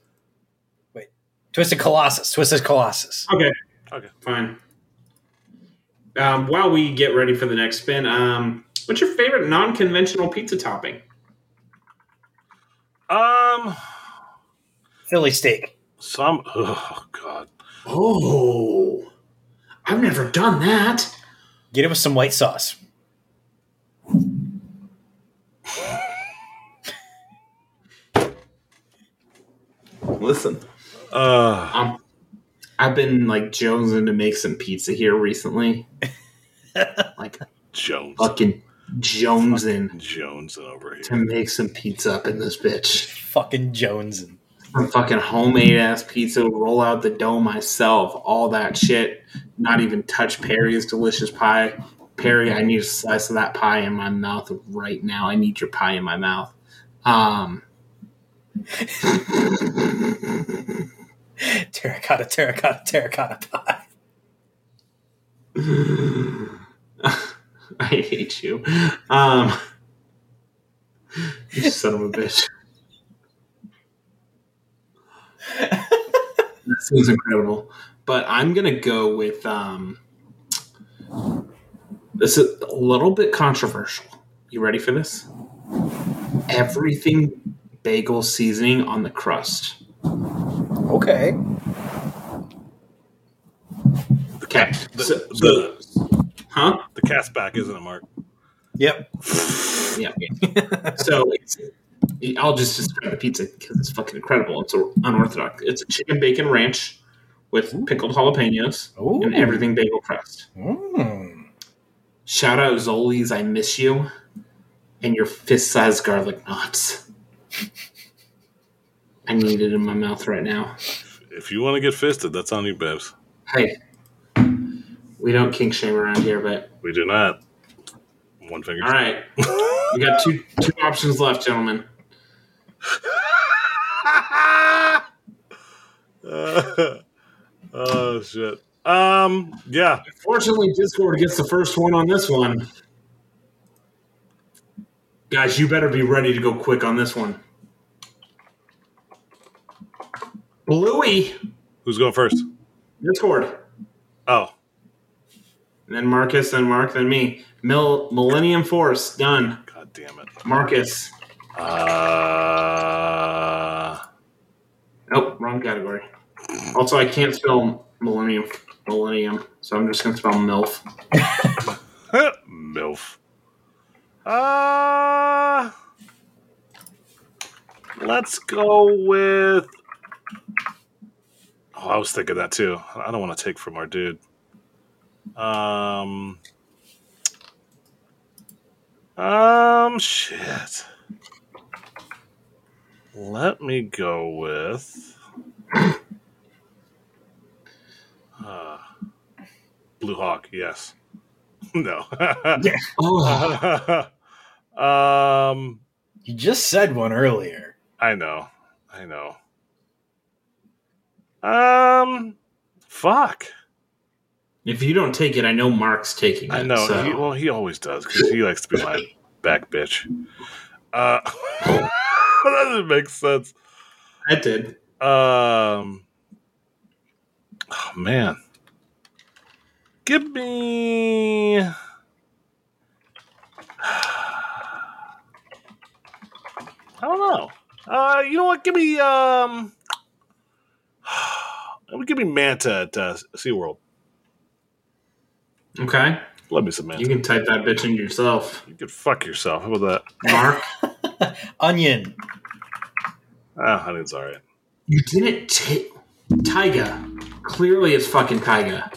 Wait, Twisted Colossus. Twisted Colossus.
Okay.
Okay.
Fine. Um, while we get ready for the next spin, um, what's your favorite non conventional pizza topping?
Um.
Philly steak.
Some. Oh God.
Oh, I've never done that.
Get it with some white sauce.
Listen,
Uh.
um, I've been like jonesing to make some pizza here recently. like
Jones.
fucking jonesing
Jones over here.
to make some pizza up in this bitch.
Fucking Jones and
Some fucking homemade ass pizza, roll out the dough myself, all that shit. Not even touch Perry's delicious pie. Perry, I need a slice of that pie in my mouth right now. I need your pie in my mouth. Um, <laughs>
terracotta, terracotta, terracotta pie.
<laughs> I hate you. Um, you son of a bitch. that seems incredible. But I'm going to go with um, this is a little bit controversial. You ready for this? Everything bagel seasoning on the crust.
Okay.
Okay.
The,
So-
the,
huh?
the cat's back, isn't it, Mark?
Yep.
Yeah. so it's, I'll just describe the pizza because it's fucking incredible. It's a, unorthodox. It's a chicken bacon ranch with pickled jalapenos
Ooh.
and everything bagel crust.
Mm.
Shout out Zoli's, I miss you, and your fist-sized garlic knots. I need it in my mouth right now.
If you want to get fisted, that's on you, Babs.
Hey, we don't kink shame around here, but
We do not. One finger.
all right,
<laughs>
we got two two options left, gentlemen.
Uh, <laughs> oh shit. Um. Yeah.
Fortunately, Discord gets the first one on this one. Guys, you better be ready to go quick on this one. Bluey,
Who's going first?
Discord, and
Oh.
then Marcus, then Mark, then me. Mill Millennium Force done.
God damn it.
Marcus.
Uh.
Nope, Oh, wrong category. Also, I can't spell Millennium Millennium, so I'm just gonna spell MILF.
<laughs> Milf. Uh, let's go with. Oh, I was thinking that too. I don't want to take from our dude. Um. Um. Shit. Let me go with. Uh, Blue Hawk. Yes. <laughs> No. <laughs>
Oh,
um,
You just said one earlier.
I know, I know. Um, fuck.
if you don't take it, I know Mark's taking it.
I know.
so-
He, well, he always does because he likes to be my back bitch. Uh, <laughs> that doesn't make sense.
I did.
Um, oh man, give me. I don't know. Uh, you know what? Give me um. <sighs> Give me Manta at uh, SeaWorld.
Okay.
Love me some Manta.
You
You
can type that bitch in yourself.
can, fuck yourself. How about
Mark,
Onion.
that? Ah, honey's all right.
you didn't take Tyga. Clearly, it's fucking Tyga.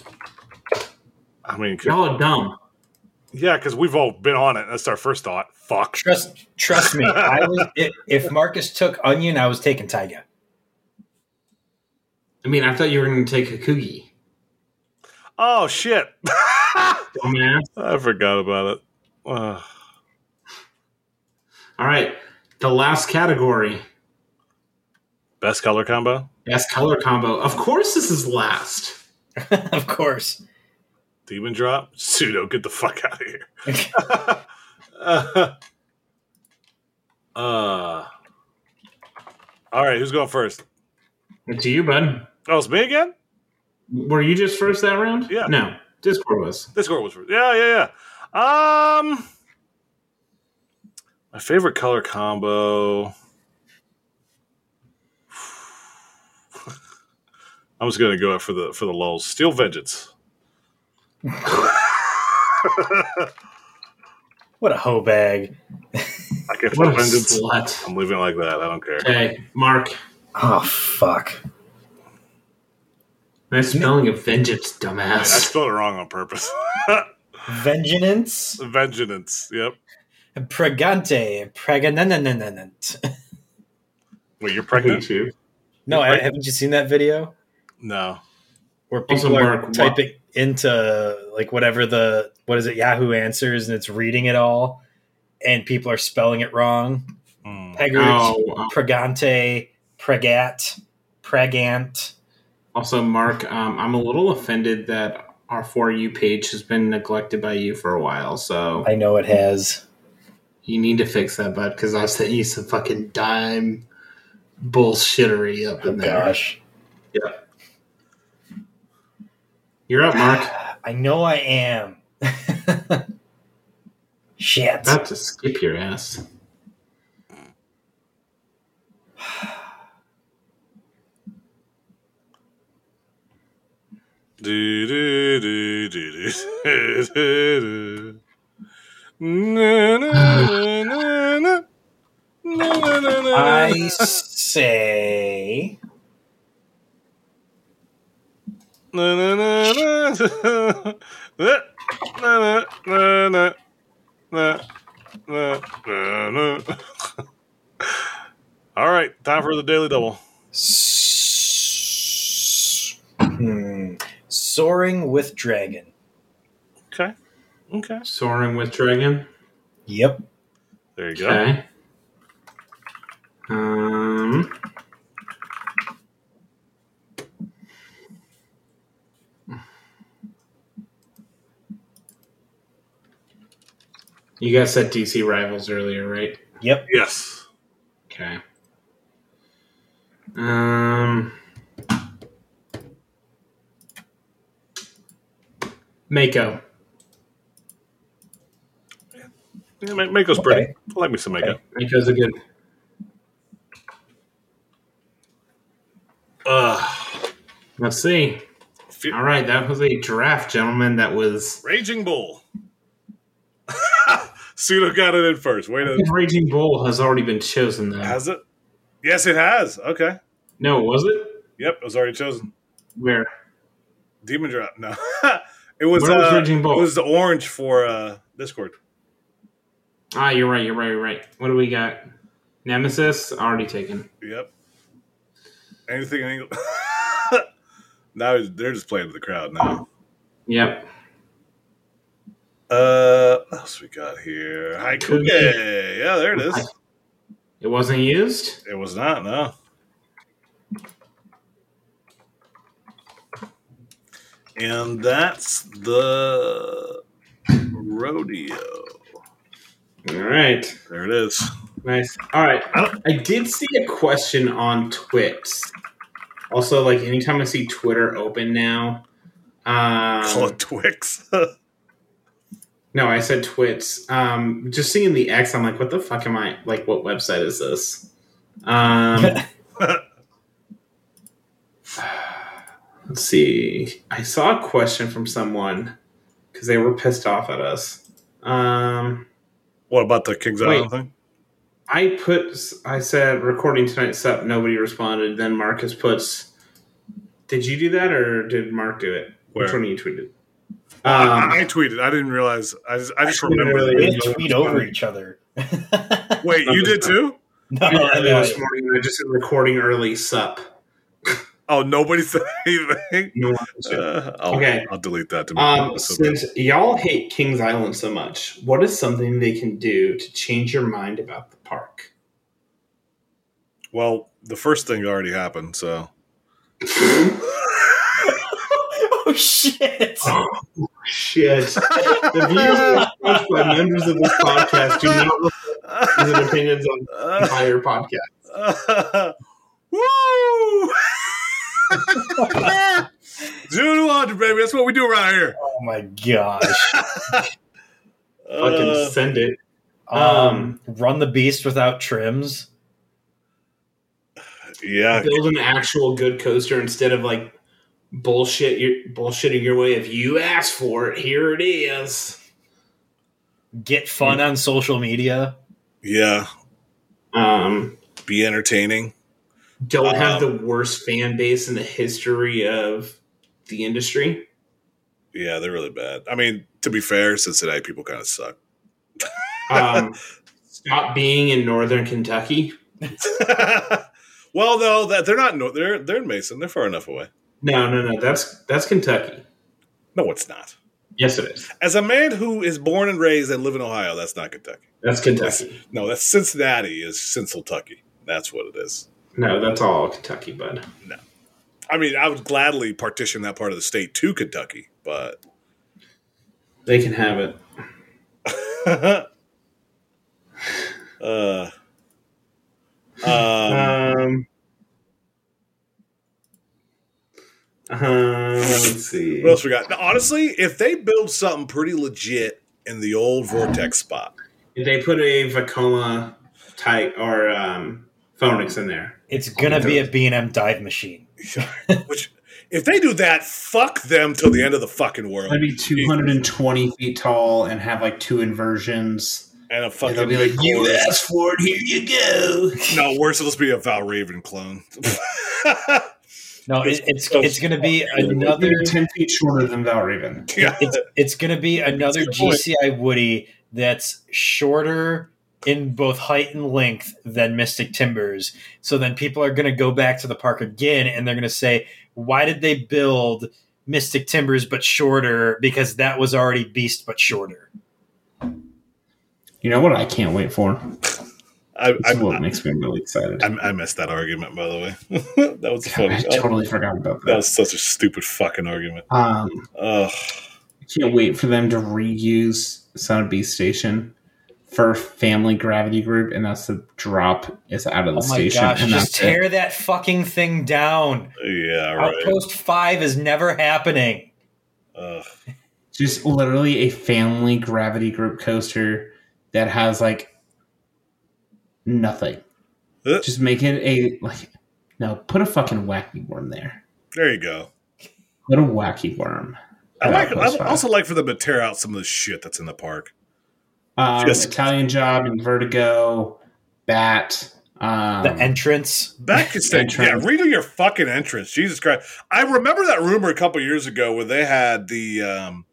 I mean, 'cause-
Y'all are dumb.
yeah, because we've all been on it. That's our first thought. Fuck.
Trust trust me. I was, if, if Marcus took onion, I was taking Tyga.
I mean, I thought you were going to take Hakugi.
Oh shit. <laughs>
Dumbass.
I forgot about it. Uh, Ugh.
All right. The last category
Best color combo.
Best color combo. Of course, this is last.
<laughs> of course.
Demon drop. <laughs> Pseudo. Get the fuck out of <laughs> here. uh, all right. Who's going first?
It's you, bud.
Oh, it's me again.
Were you just first that round?
Yeah.
No, Discord was.
This score was first. Yeah, yeah, yeah. Um, my favorite color combo. <sighs> I was gonna go for the for the lulls. Steel Vengeance.
What a hoe bag.
I can't
What a
find vengeance.
slut.
I'm leaving it like that. I don't care.
Okay, Mark.
Oh fuck.
Nice spelling of vengeance,
I
dumbass.
spelled it wrong on purpose. <laughs>
Vengeance.
Vengeance. Yep.
Pregante. Pregnant.
Wait, you're
I hate
pregnant?
you.
<laughs> No, I, haven't you seen that video
No.
where
Also,
people are
Mark, what-
typing into like whatever the what is it Yahoo Answers and it's reading it all, and people are spelling it wrong.
Hmm.
Peggers,
Oh, uh,
Pregante, Pregat, Pregant.
also, Mark. Um, I'm a little offended that our for you page has been neglected by you for a while. So
I know it has.
you need to fix that, bud, because I sent you some fucking dime bullshittery up
Oh
in there.
gosh.
You're up, Mark.
I know I am. <laughs> Shit.
About to skip your ass.
Do, do, do, do, do, do, do. Na, na, na, na. Na, na, na, na.
I <laughs> say
Na, na, na, na. Na, na, na, na, na. Na, na, na. All right, time for the daily double.
S- hmm. Soaring with Dragon.
Okay. Okay.
Soaring with dragon.
Yep.
There you go.
Okay. Um. You guys said DC rivals earlier, right?
Yep.
Yes.
Okay. Um. Mako.
Yeah, Ma- Mako's pretty. I like me some Mako.
Mako's a good.
Uh,
Let's see.
Fu-
All right, that was a draft, gentlemen. That was
Raging Bull. <laughs> Pseudo got it in first. Wait a
Raging Bull has already been chosen, though.
Has it? Yes, it has. Okay.
no, was it?
Yep, it was already chosen.
Where?
Demon Drop. No. <laughs> it was,
Where was
uh,
Raging Bull?
It was the orange for uh, Discord.
Ah, you're right. You're right. You're right. What do we got? Nemesis already taken.
Yep. Anything in English? <laughs> now they're just playing with the crowd now.
Yep.
Uh, what else we got here? Haikuge. Yeah, there it is.
It wasn't used.
It was not, no. And that's the rodeo.
All right.
There it is.
Nice. All right. I did see a question on Twix. Also, like anytime I see Twitter open now,
Call
um,
it Twix. <laughs>
no, I said Twits. Um, just seeing the X, I'm like, what the fuck am I? Like, what website is this? Um, let's see. I saw a question from someone because they were pissed off at us. Um,
what about the Kings Island
Wait.
thing?
I put, I said recording tonight, sup. Nobody responded. Then Marcus puts, did you do that or did Mark do it? Which
Where?
one of you tweeted?
I, I <laughs>
Um,
tweeted. I didn't realize. I just, I just
I didn't
remembered.
really-
We didn't tweet over each other. <laughs> no,
Wait, you did too?
I
I
did
know.
this morning. I just said recording early, sup.
Oh, nobody <laughs> said anything.
No one
Uh, I'll,
Okay.
I'll delete that. To me.
um,
So-
since y'all hate Kings Island so much, what is something they can do to change your mind about the park?
well, the first thing already happened,
<laughs>
so
<laughs> Oh shit!
Shit. The views expressed by members of this podcast do not reflect views and opinions on the entire podcast.
<laughs> Woo! <laughs> Zero to 100, baby. That's what we do around here.
Oh my gosh!
Fucking
Uh,
send it.
Um, run the beast without trims.
yeah.
Build an actual good coaster instead of like bullshit your bullshitting your way. If you ask for it, here it is.
Get fun on social media.
Yeah.
Um,
Be entertaining.
don't have
Um,
the worst fan base in the history of the industry.
Yeah, they're really bad. I mean, to be fair, Cincinnati people kind of suck. <laughs>
<laughs> Um, stop being in Northern Kentucky.
well, though, that they're not. No, they're they're in Mason. They're far enough away.
No, no, no. That's that's Kentucky.
No, it's not.
Yes, it is.
As a man who is born and raised and live in Ohio, that's not Kentucky.
That's Kentucky.
No, that's Cincinnati is Cincinnati. That's what it is.
No, that's all Kentucky, bud.
I mean, I would gladly partition that part of the state to Kentucky, but
They can have it.
<laughs> uh, um,
Um. um, let's see.
what else we got? Now, honestly, if they build something pretty legit in the old vortex spot,
If they put a Vacoma type or um, Phoenix in there,
It's gonna be a B and M dive machine.
which if they do that, fuck them till the end of the fucking world.
That'd be 220 feet tall and have like two inversions.
and a
And they'll
fucking
be like, you
chorus.
asked for it, here you go.
no worse. It'll just be a Val Raven clone. <laughs>
No, it, it's it's gonna be
<laughs>
another.
They're 10 feet shorter than Valraven.
yeah.
It's it's gonna be another
That's a good point.
GCI Woody that's shorter in both height and length than Mystic Timbers. So then people are gonna go back to the park again, and they're gonna say, "Why did they build Mystic Timbers but shorter? Because that was already Beast but shorter."
You know what I can't wait for?
I,
This
I,
is what makes me really excited.
I, I missed that argument, by the way. <laughs> that was funny.
I totally forgot about
That
that.
was such a stupid fucking argument.
Um,
Ugh.
I can't wait for them to reuse Son of Beast Station for Family Gravity Group, and that's the drop is out of the
Oh my
station.
gosh!
and
Just
that's it.
tear that fucking thing down.
Yeah, right.
Outpost Five is never happening.
Ugh.
just literally a family gravity group coaster that has like nothing.
Uh,
Just make it a like no, put a fucking wacky worm there.
There you go.
Put a wacky worm.
I
Yeah,
like. I
that's
would
fine.
also like for them to tear out some of the shit that's in the park.
Um,
Just-
Italian job and Vertigo, Bat. Um,
The entrance.
Back to stage. yeah,
Entrance.
redo your fucking entrance. Jesus Christ. I remember that rumor a couple years ago where they had the um,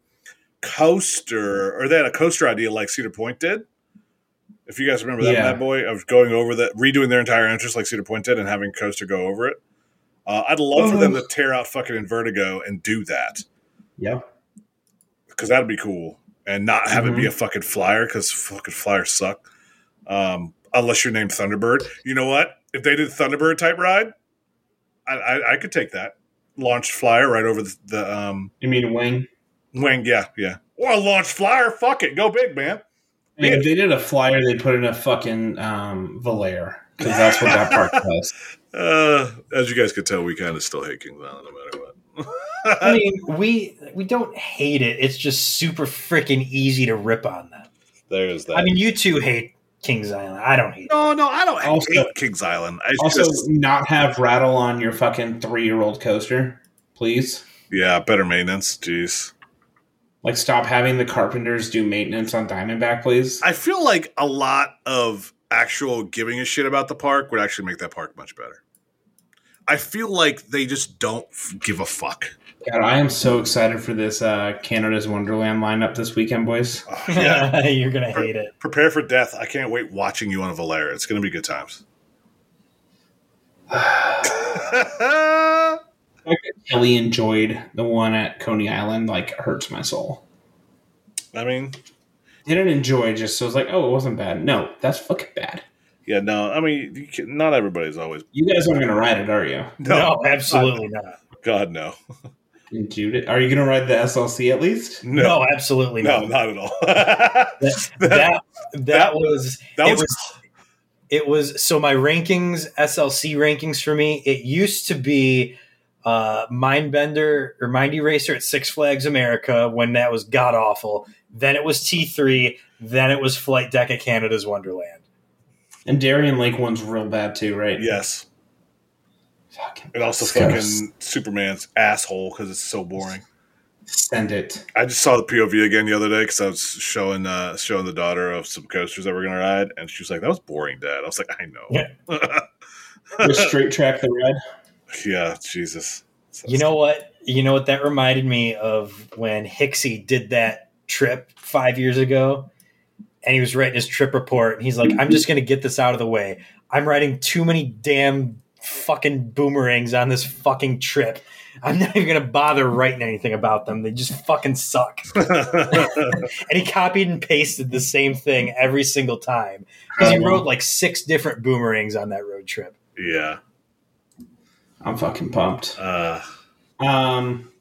coaster, or they had a coaster idea like Cedar Point did. If you guys remember that
Yeah.
bad boy of going over that, redoing their entire entrance like Cedar Point did, and having coaster go over it. Uh, I'd love for them
Oh.
to tear out fucking Invertigo and do that.
yeah.
because that'd be cool, and not have
Mm-hmm.
it be a fucking flyer because fucking flyers suck. Um, unless you're named Thunderbird, you know what? If they did Thunderbird type ride, I, I, I could take that. Launch flyer right over the, the um,
You mean Wing?
wing, yeah, yeah, or a launch flyer. Fuck it, go big, man.
I mean, if they did a flyer, they'd put in a fucking um, Valair because that's what that park does.
Uh, as you guys could tell, we kind of still hate Kings Island no matter what. <laughs>
I mean, we we don't hate it. It's just super freaking easy to rip on them.
There's that.
I mean, you two hate Kings Island. I don't hate. it.
no, no, I don't
Also-
hate Kings Island. I
Also,
just
not have rattle on your fucking three-year-old coaster, please.
yeah, better maintenance. Jeez.
Like, stop having the carpenters do maintenance on Diamondback, please.
I feel like a lot of actual giving a shit about the park would actually make that park much better. I feel like they just don't f- give a fuck.
God, I am so excited for this uh, Canada's Wonderland lineup this weekend, boys.
Oh, yeah.
<laughs> You're gonna hate it.
<laughs> Prepare for death. I can't wait watching you on Valera. It's going to be good times. <sighs>
The fact that Kelly enjoyed the one at Coney Island like hurts my soul.
I mean,
Didn't enjoy, just so it's like, oh, it wasn't bad. No, that's fucking bad.
Yeah, no, I mean, you can, not everybody's always.
You guys aren't going to ride it, are you?
No, absolutely not.
God, no.
And Judith, are you going to ride the SLC at least?
No,
No,
absolutely
no,
not.
not at all. <laughs> that,
That, that, that was
that
it
was,
was- it was so my rankings slc rankings for me it used to be uh mindbender or mind eraser at six flags america when that was god awful then it was t3 then it was flight deck at canada's wonderland
And Darien Lake one's real bad too, right?
yes.
Fucking
And also
Yes.
fucking Superman's asshole because it's so boring.
send it.
I just saw the POV again the other day because I was showing uh, showing the daughter of some coasters that we're gonna ride, and she was like, "That was boring, Dad." I was like, "I know."
Yeah.
The straight track the red.
Yeah, Jesus.
you know what you know what that reminded me of when hixie did that trip five years ago and he was writing his trip report and he's like i'm just gonna get this out of the way i'm writing too many damn fucking boomerangs on this fucking trip i'm not even gonna bother writing anything about them they just fucking suck and he copied and pasted the same thing every single time because
Um,
he wrote like six different boomerangs on that road trip <laughs>
yeah.
I'm fucking pumped.
Uh,
Um,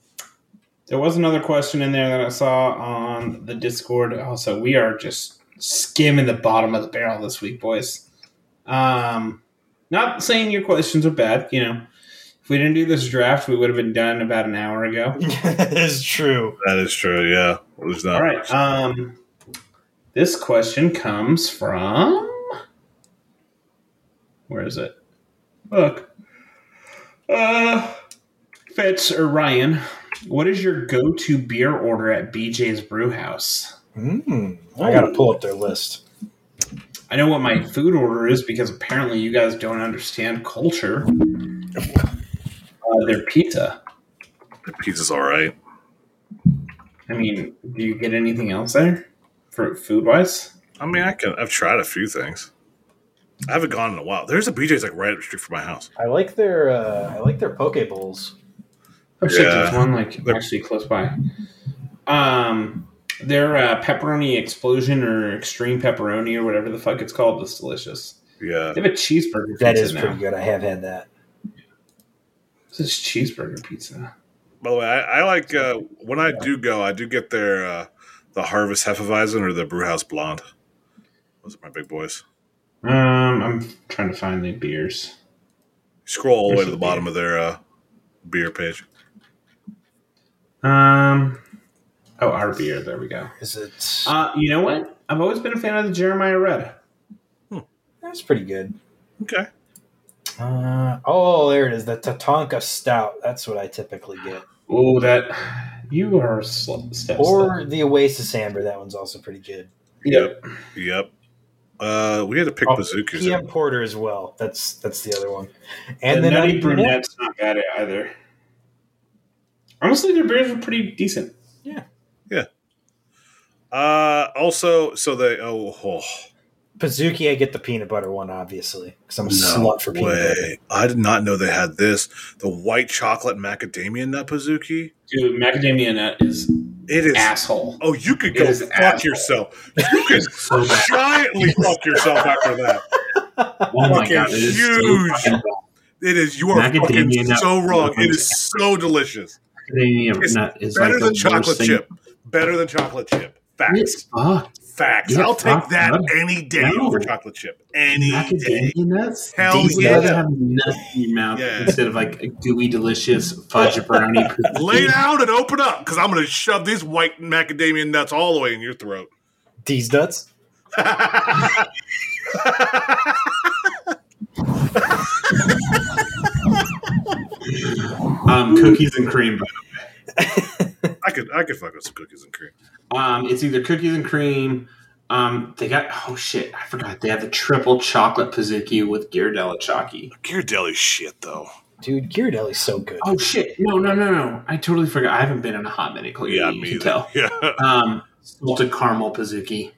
there was another question in there that I saw on the Discord. Also, we are just skimming the bottom of the barrel this week, boys. Um, not saying your questions are bad. You know, if we didn't do this draft, we would have been done about an hour ago.
that is true
that is true. Yeah. There's not.
All right. Um, this question comes from where is it? Look, uh, Fitz or Ryan, what is your go-to beer order at BJ's Brew House?
Mm, i gotta pull up their list
I know what my food order is because apparently you guys don't understand culture. Uh, their pizza.
The pizza's all right.
I mean, do you get anything else there for food wise?
I mean, I can. I've tried a few things. I haven't gone in a while. There's a BJ's like right up the street from my house.
I like their uh, I like their poke bowls.
Oh shit,
Yeah.
there's one like
They're-
actually close by. Um, their uh, pepperoni explosion or extreme pepperoni or whatever the fuck it's called is delicious.
Yeah.
They have a cheeseburger
That
pizza
is
now.
pretty good. I have had that.
It's just cheeseburger pizza.
By the way, I, I like uh, when I do go, I do get their uh, the Harvest Hefeweizen or the Brewhouse Blonde. Those are my big boys.
Um, I'm trying to find the beers.
Scroll all the way to
There's
the
a
bottom of their uh, beer page.
Um, oh, our beer. There we go.
Is it?
Uh, you know what? I've always been a fan of the Jeremiah Red.
That's pretty good.
Okay.
Uh, oh, there it is. The Tatanka Stout. That's what I typically get.
Oh, that you are sl- step
Or the Oasis Amber. That one's also pretty good.
Yep.
Yep. Uh, we had to pick
Oh,
bazookas.
PM Porter as well. That's that's the other one. And
And the
then
Nutty
Nutty Brunette.
Brunette's not bad either. Honestly, their beers are pretty decent.
Uh, also, so they. Oh, oh
Pazuki, I get the peanut butter one, obviously, because I'm a
no
slut for peanut butter.
way! I did not know they had this. The white chocolate macadamia nut pizookie.
Dude, macadamia nut is
It is
asshole.
Oh, you could
It
go
is
fuck
asshole.
yourself. You could
<laughs>
giantly fuck yourself after that.
Oh
Fucking huge. It is. You are fucking
Macadamia nut
so wrong. It
is
is so delicious.
macadamia
It's
nut is
Better
like
than
the
chocolate
worst thing.
chip. Better than chocolate chip. Facts.
It's fucked.
Facts.
Yeah,
I'll take
fuck,
that
no.
any day
No.
over chocolate chip. Any day.
Macadamia nuts?
Hell
These
yeah.
guys have nuts in your mouth
Yeah.
instead of like a gooey, delicious fudge
<laughs>
brownie.
Lay down and open up because I'm going to shove these white macadamia nuts all the way in your
<laughs>
throat.
These nuts.
Um, cookies and cream. but,
I could I could fuck with some cookies and cream.
Um, it's either cookies and cream. Um, they got oh shit, I forgot they have the triple chocolate pizookie with Ghirardelli chalky.
Ghirardelli shit though.
Dude, Ghirardelli's so good.
Oh shit, no, no, no, no, I totally forgot. I haven't been in a hot minute, clearly.
Yeah,
you
me
can
either.
tell.
Yeah. <laughs>
Um, salted caramel pizookie.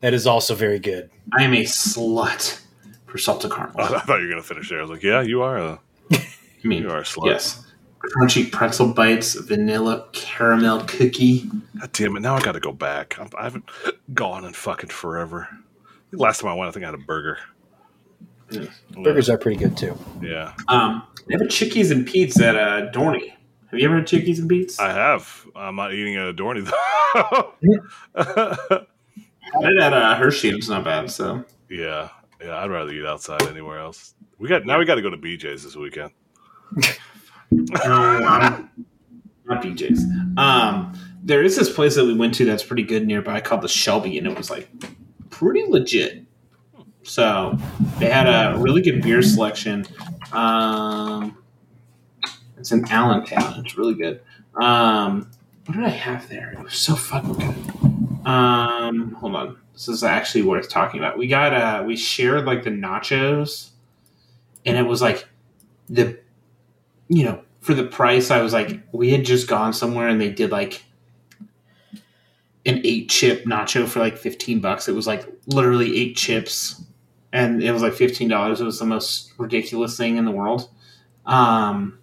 That is also very good.
I am a slut for salted caramel.
I thought you were gonna finish there. I was like, yeah, you are. Uh,
I mean,
you are a slut.
yes, crunchy pretzel bites, vanilla caramel cookie.
God damn it! Now I got to go back. I'm, I haven't gone in fucking forever. The last time I went, I think I had a burger.
Burgers are pretty good too.
Yeah,
Um, they have a Chickies and Pete's at uh, Dorney. Have you ever had Chickies and Pete's?
I have. I'm not eating at Adorni
<laughs>
though.
I had it at uh, Hershey. and It's not bad. So
yeah, yeah. I'd rather eat outside anywhere else. We got now. We got to go to BJ's this weekend.
no, Um, I'm not BJ's. Um, there is this place that we went to that's pretty good nearby called the Shelby, and it was like pretty legit. So they had a really good beer selection. Um, it's in Allentown. It's really good. Um, what did I have there? It was so fucking good. Um, hold on. This is actually worth talking about. We got uh we shared like the nachos and it was like the you know, for the price I was like we had just gone somewhere and they did like an eight chip nacho for like 15 bucks. It was like literally eight chips and it was like $15. It was the most ridiculous thing in the world. Um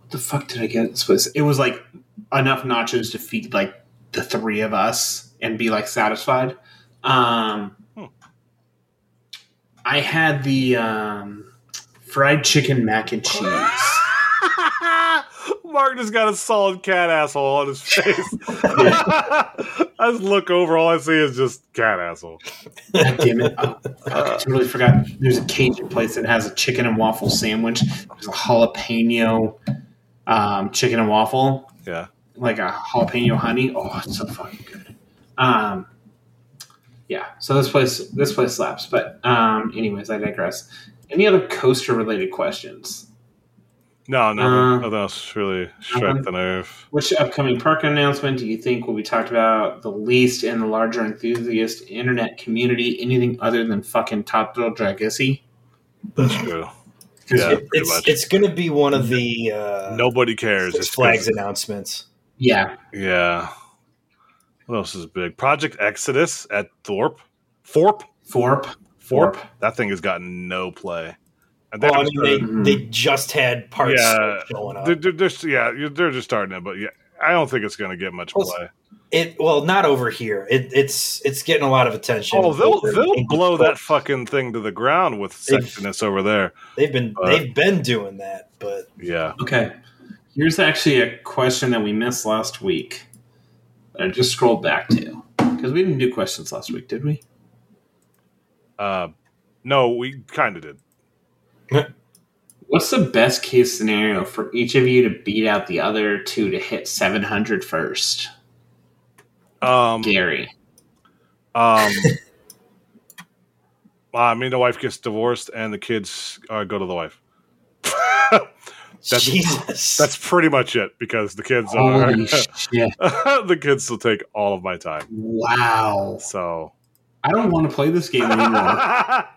what the fuck did I get at this place? It was like enough nachos to feed like the three of us and be like satisfied. Um,
Hmm.
I had the um, fried chicken mac and cheese.
<laughs> Mark just got a solid cat asshole on his face. <laughs> I just look over, all I see is just cat asshole.
God damn it. Oh, fuck, I totally forgot. There's a Cajun place that has a chicken and waffle sandwich. There's a jalapeno um, chicken and waffle.
Yeah.
Like a jalapeno honey. Oh, it's so fucking good. Um, yeah. So this place, this place slaps. But um, anyways, I digress. Any other coaster related questions?
No, no,
Uh,
Uh-huh.
nothing else really struck the nerve.
Which upcoming park announcement do you think will be talked about the least in the larger enthusiast internet community? Anything other than fucking Top Drill Dragussi?
That's true. Yeah,
It-
pretty
it's
much.
it's going to be one of the uh,
Nobody cares.
Six
It's
Flags
'cause-
announcements.
Yeah.
Yeah. What else is big? Project Exodus at Thorpe. Thorpe.
Forp.
Thorpe. That thing has gotten no play. And
Well, Oh, I
just
mean, they,
Mhm.
they just had parts
Yeah.
showing up.
they're, they're just yeah, you're- they're just starting it, but yeah, I don't think it's going to get much
Well,
play.
It well, not over here. It, it's it's getting a lot of attention.
Oh, they'll they'll
They've-
blow that fucking thing to the ground with
They've-
sectionists over there.
They've been
Uh,
they've been doing that, but
Yeah,
Okay. Here's actually a question that we missed last week. I just scrolled back to because we didn't do questions last week, did we?
uh, no, we kind of did.
What's the best case scenario for each of you to beat out the other two to hit 700 first?
Um,
Gary.
um, uh, me and the wife gets divorced, and the kids uh, go to the wife. That's-
Jesus,
That's pretty much it because the kids are <laughs>
Holy shit.
the kids will take all of my time.
Wow.
So
I don't want to play this game anymore.
<laughs>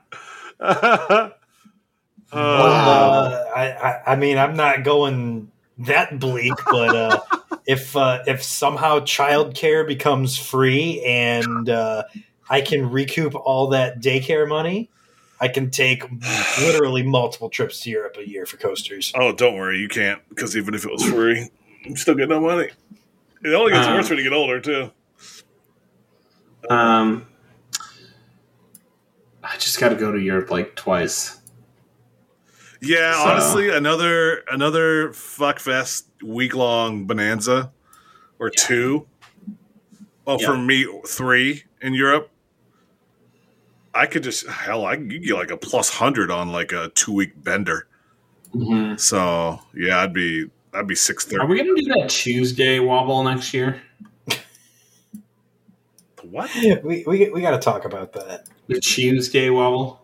Uh,
Uh, I, I I mean, I'm not going that bleak, but uh, if uh, if somehow childcare becomes free and uh, I can recoup all that daycare money, I can take literally multiple trips to Europe a year for coasters.
Oh, don't worry, you can't. Because even if it was free, I'm still getting no money. It only gets
Um,
worse when you get older, too.
um, I just got to go to Europe like twice.
Yeah,
so-
honestly, another another fuckfest week long bonanza or two. Well, for me, three in Europe. I could just hell, I could get like a plus hundred on like a two week bender. Mm-hmm.
Mhm.
So yeah, I'd be I'd be six
Are
thirty.
we going to do that Tuesday wobble next year?
What?
We we we got to talk about that.
The Tuesday wobble,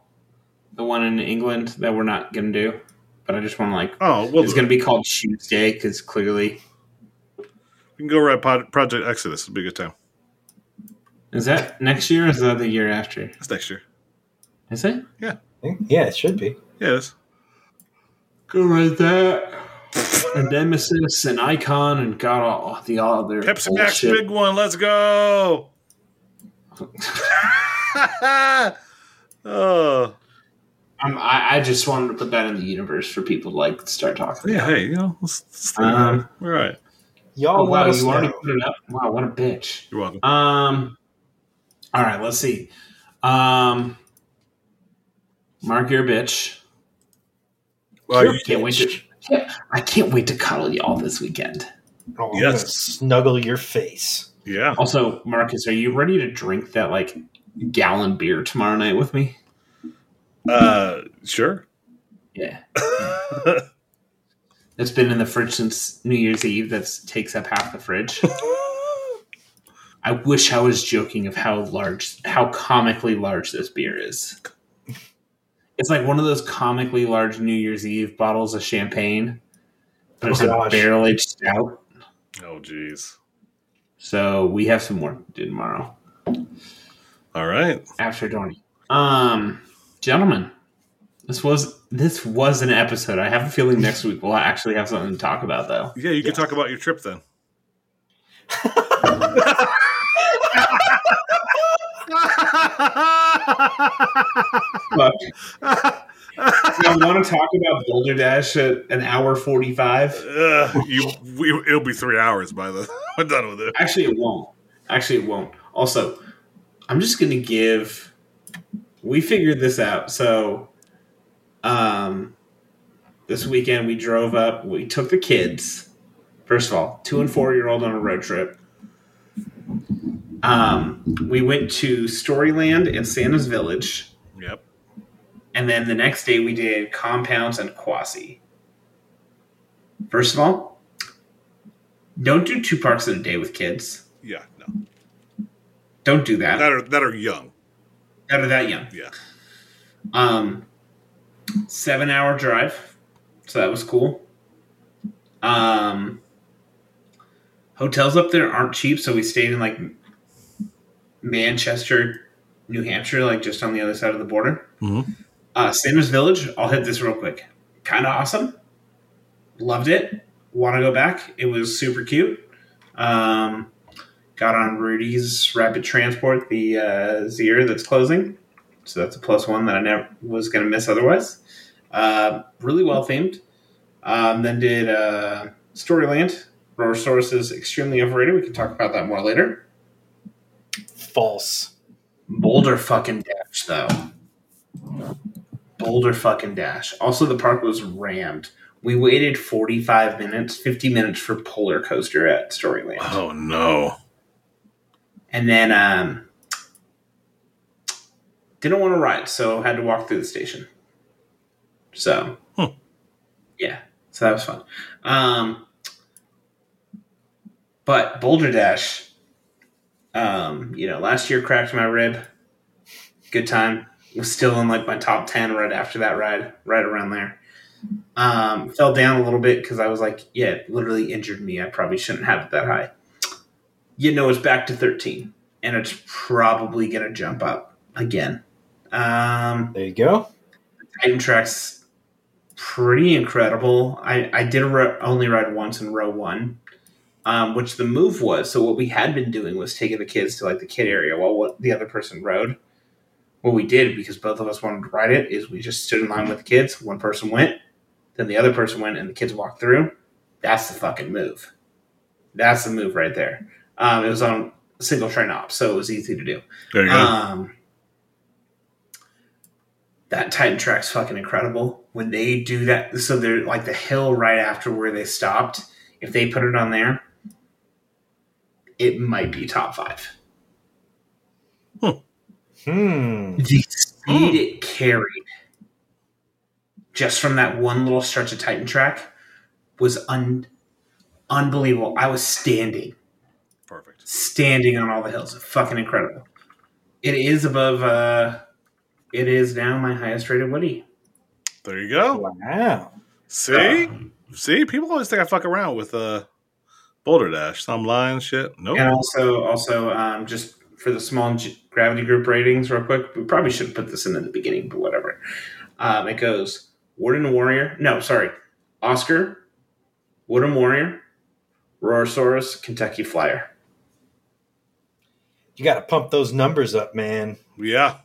the one in England that we're not going to do, but I just want to like
Oh, well,
it's going to be called Tuesday because clearly
we can go right pod, Project Exodus. It'll be a good time.
is that next year or is that the year after?
That's next year.
Is it?
Yeah, it should be.
Yeah, it is.
Go right there.
<laughs>
And Nemesis and Icon and God all the other
Pepsi Max
bullshit.
big one. Let's go. <laughs> oh
Um, I, I just wanted to put that in the universe for people to like start talking.
yeah, hey, you know, let's, let's think
Um,
about it. We're all right.
Y'all
Oh,
let
wow,
us
you already
know.
put it up. Wow, what a bitch.
You're welcome.
Um, all right, let's see. Um, Mark, you're a bitch.
Well,
Sure.
you-
Can't wait to. I can't wait to cuddle y'all this weekend.
Oh, I'm
Yes.
gonna snuggle your face.
yeah.
Also, Marcus, are you ready to drink that like gallon beer tomorrow night with me?
Uh, sure.
Yeah. That's been in the fridge since New Year's Eve. That takes up half the <laughs> fridge. I wish I was joking of how large, how comically large this beer is. It's like one of those comically large New Year's Eve bottles of champagne, but it's
Oh,
a
gosh.
barrel aged stout.
<laughs> oh, jeez.
So we have some work to do tomorrow
All right.
after Dorney. Um, gentlemen, this was this was an episode. I have a feeling next week we'll actually have something to talk about, though.
Yeah, you can talk about your trip <laughs> then.
Look, I want to talk about Boulder Dash at an hour forty-five.
Uh, you, we, it'll be three hours by the. <laughs> I'm done with it.
Actually, it won't. Actually, it won't. Also, I'm just gonna give. We figured this out. So, um, this weekend we drove up. We took the kids. First of all, two and four year old on a road trip. Um, we went to Storyland and Santa's Village,
Yep.
and then the next day we did Compounds and Quasi. First of all, don't do two parks in a day with kids.
Yeah. No.
Don't do that.
That are that are young.
Out of that young.
Yeah.
Um, seven hour drive, so that was cool. Um, hotels up there aren't cheap, so we stayed in like Manchester, New Hampshire, like just on the other side of the border.
Mhm.
Uh, Santa's Village. I'll hit this real quick. Kind of awesome. Loved it. Want to go back? It was super cute. Um, got on Rudy's Rapid Transport, the uh, Zier that's closing so that's a plus one that I never was going to miss otherwise. Uh, really well themed. Um, then did uh, Storyland. Roar Source is extremely overrated. We can talk about that more later.
False.
Boulder fucking dash though. Boulder fucking dash. Also, the park was rammed. We waited forty five minutes, fifty minutes for Polar Coaster at Storyland.
Oh no.
and then um, didn't want to ride, so had to walk through the station. So,
Hmm.
yeah, so that was fun. Um, but Boulder Dash, um, you know, last year cracked my rib. Good time. Was still in like my top ten right after that ride, right around there. Um, fell down a little bit because I was like, yeah, it literally injured me. I probably shouldn't have it that high you know it's back to 13 and it's probably going to jump up again um
There you go.
titan tracks pretty incredible i i did ro- only ride once in row one um which the move was so what we had been doing was taking the kids to like the kid area while what the other person rode what we did because both of us wanted to ride it is we just stood in line with the kids one person went then the other person went and the kids walked through that's the fucking move that's the move right there um, it was on single train op, so it was easy to do.
There you go.
Um, that Titan track's fucking incredible. When they do that, so they're like the hill right after where they stopped. If they put it on there, it might be top five.
Hmm.
The speed it carried just from that one little stretch of Titan track was un- unbelievable. I was standing.
Perfect.
standing on all the hills. Fucking incredible. It is above. uh It is now my highest rated Woody.
There you go.
Wow.
See,
Um,
see, people always think I fuck around with uh Boulder Dash. Some lying shit. Nope.
And also, also, um, just for the small g- gravity group ratings, real quick, we probably should have put this in at the beginning, but whatever. Um, it goes Warden Warrior. No, sorry, Oscar, Warden Warrior, Roarsaurus, Kentucky Flyer.
You got to pump those numbers up, man.
Yeah.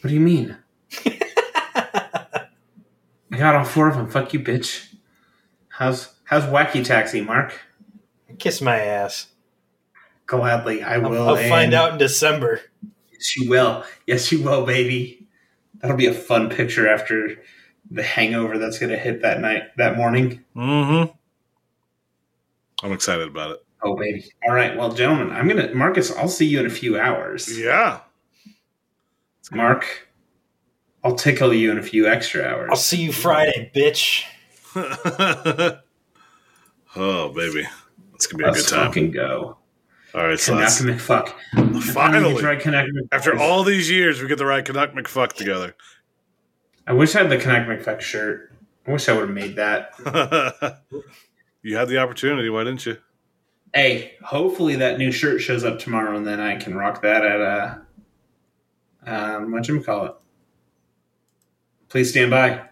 What do
<laughs>
you mean? I got all four of them. Fuck you, bitch. How's how's Wacky Taxi, Mark?
Kiss my ass.
Gladly, I
I'll,
will.
I'll find
and-
out in December.
Yes, you will. Yes, you will, baby. That'll be a fun picture after the hangover that's going to hit that night, that morning.
Mm-hmm. I'm excited about it.
Oh, baby. All right. Well, gentlemen, I'm going to, Marcus, I'll see you in a few hours.
Yeah.
Mark, I'll tickle you in a few extra hours.
I'll see you Friday, bitch.
<laughs> oh, baby. It's going to be a
Let's
good time.
fucking go.
All right, so
Canuck
that's-
McFuck.
finally,
Connect
after all these years, we get the right Canuck McFuck together. <laughs>
I wish I had the Connect McFuck shirt. I wish I would have made that.
you had the opportunity. Why didn't you?
Hey, hopefully that new shirt shows up tomorrow, and then I can rock that at uh, um, what you call it? Please stand by.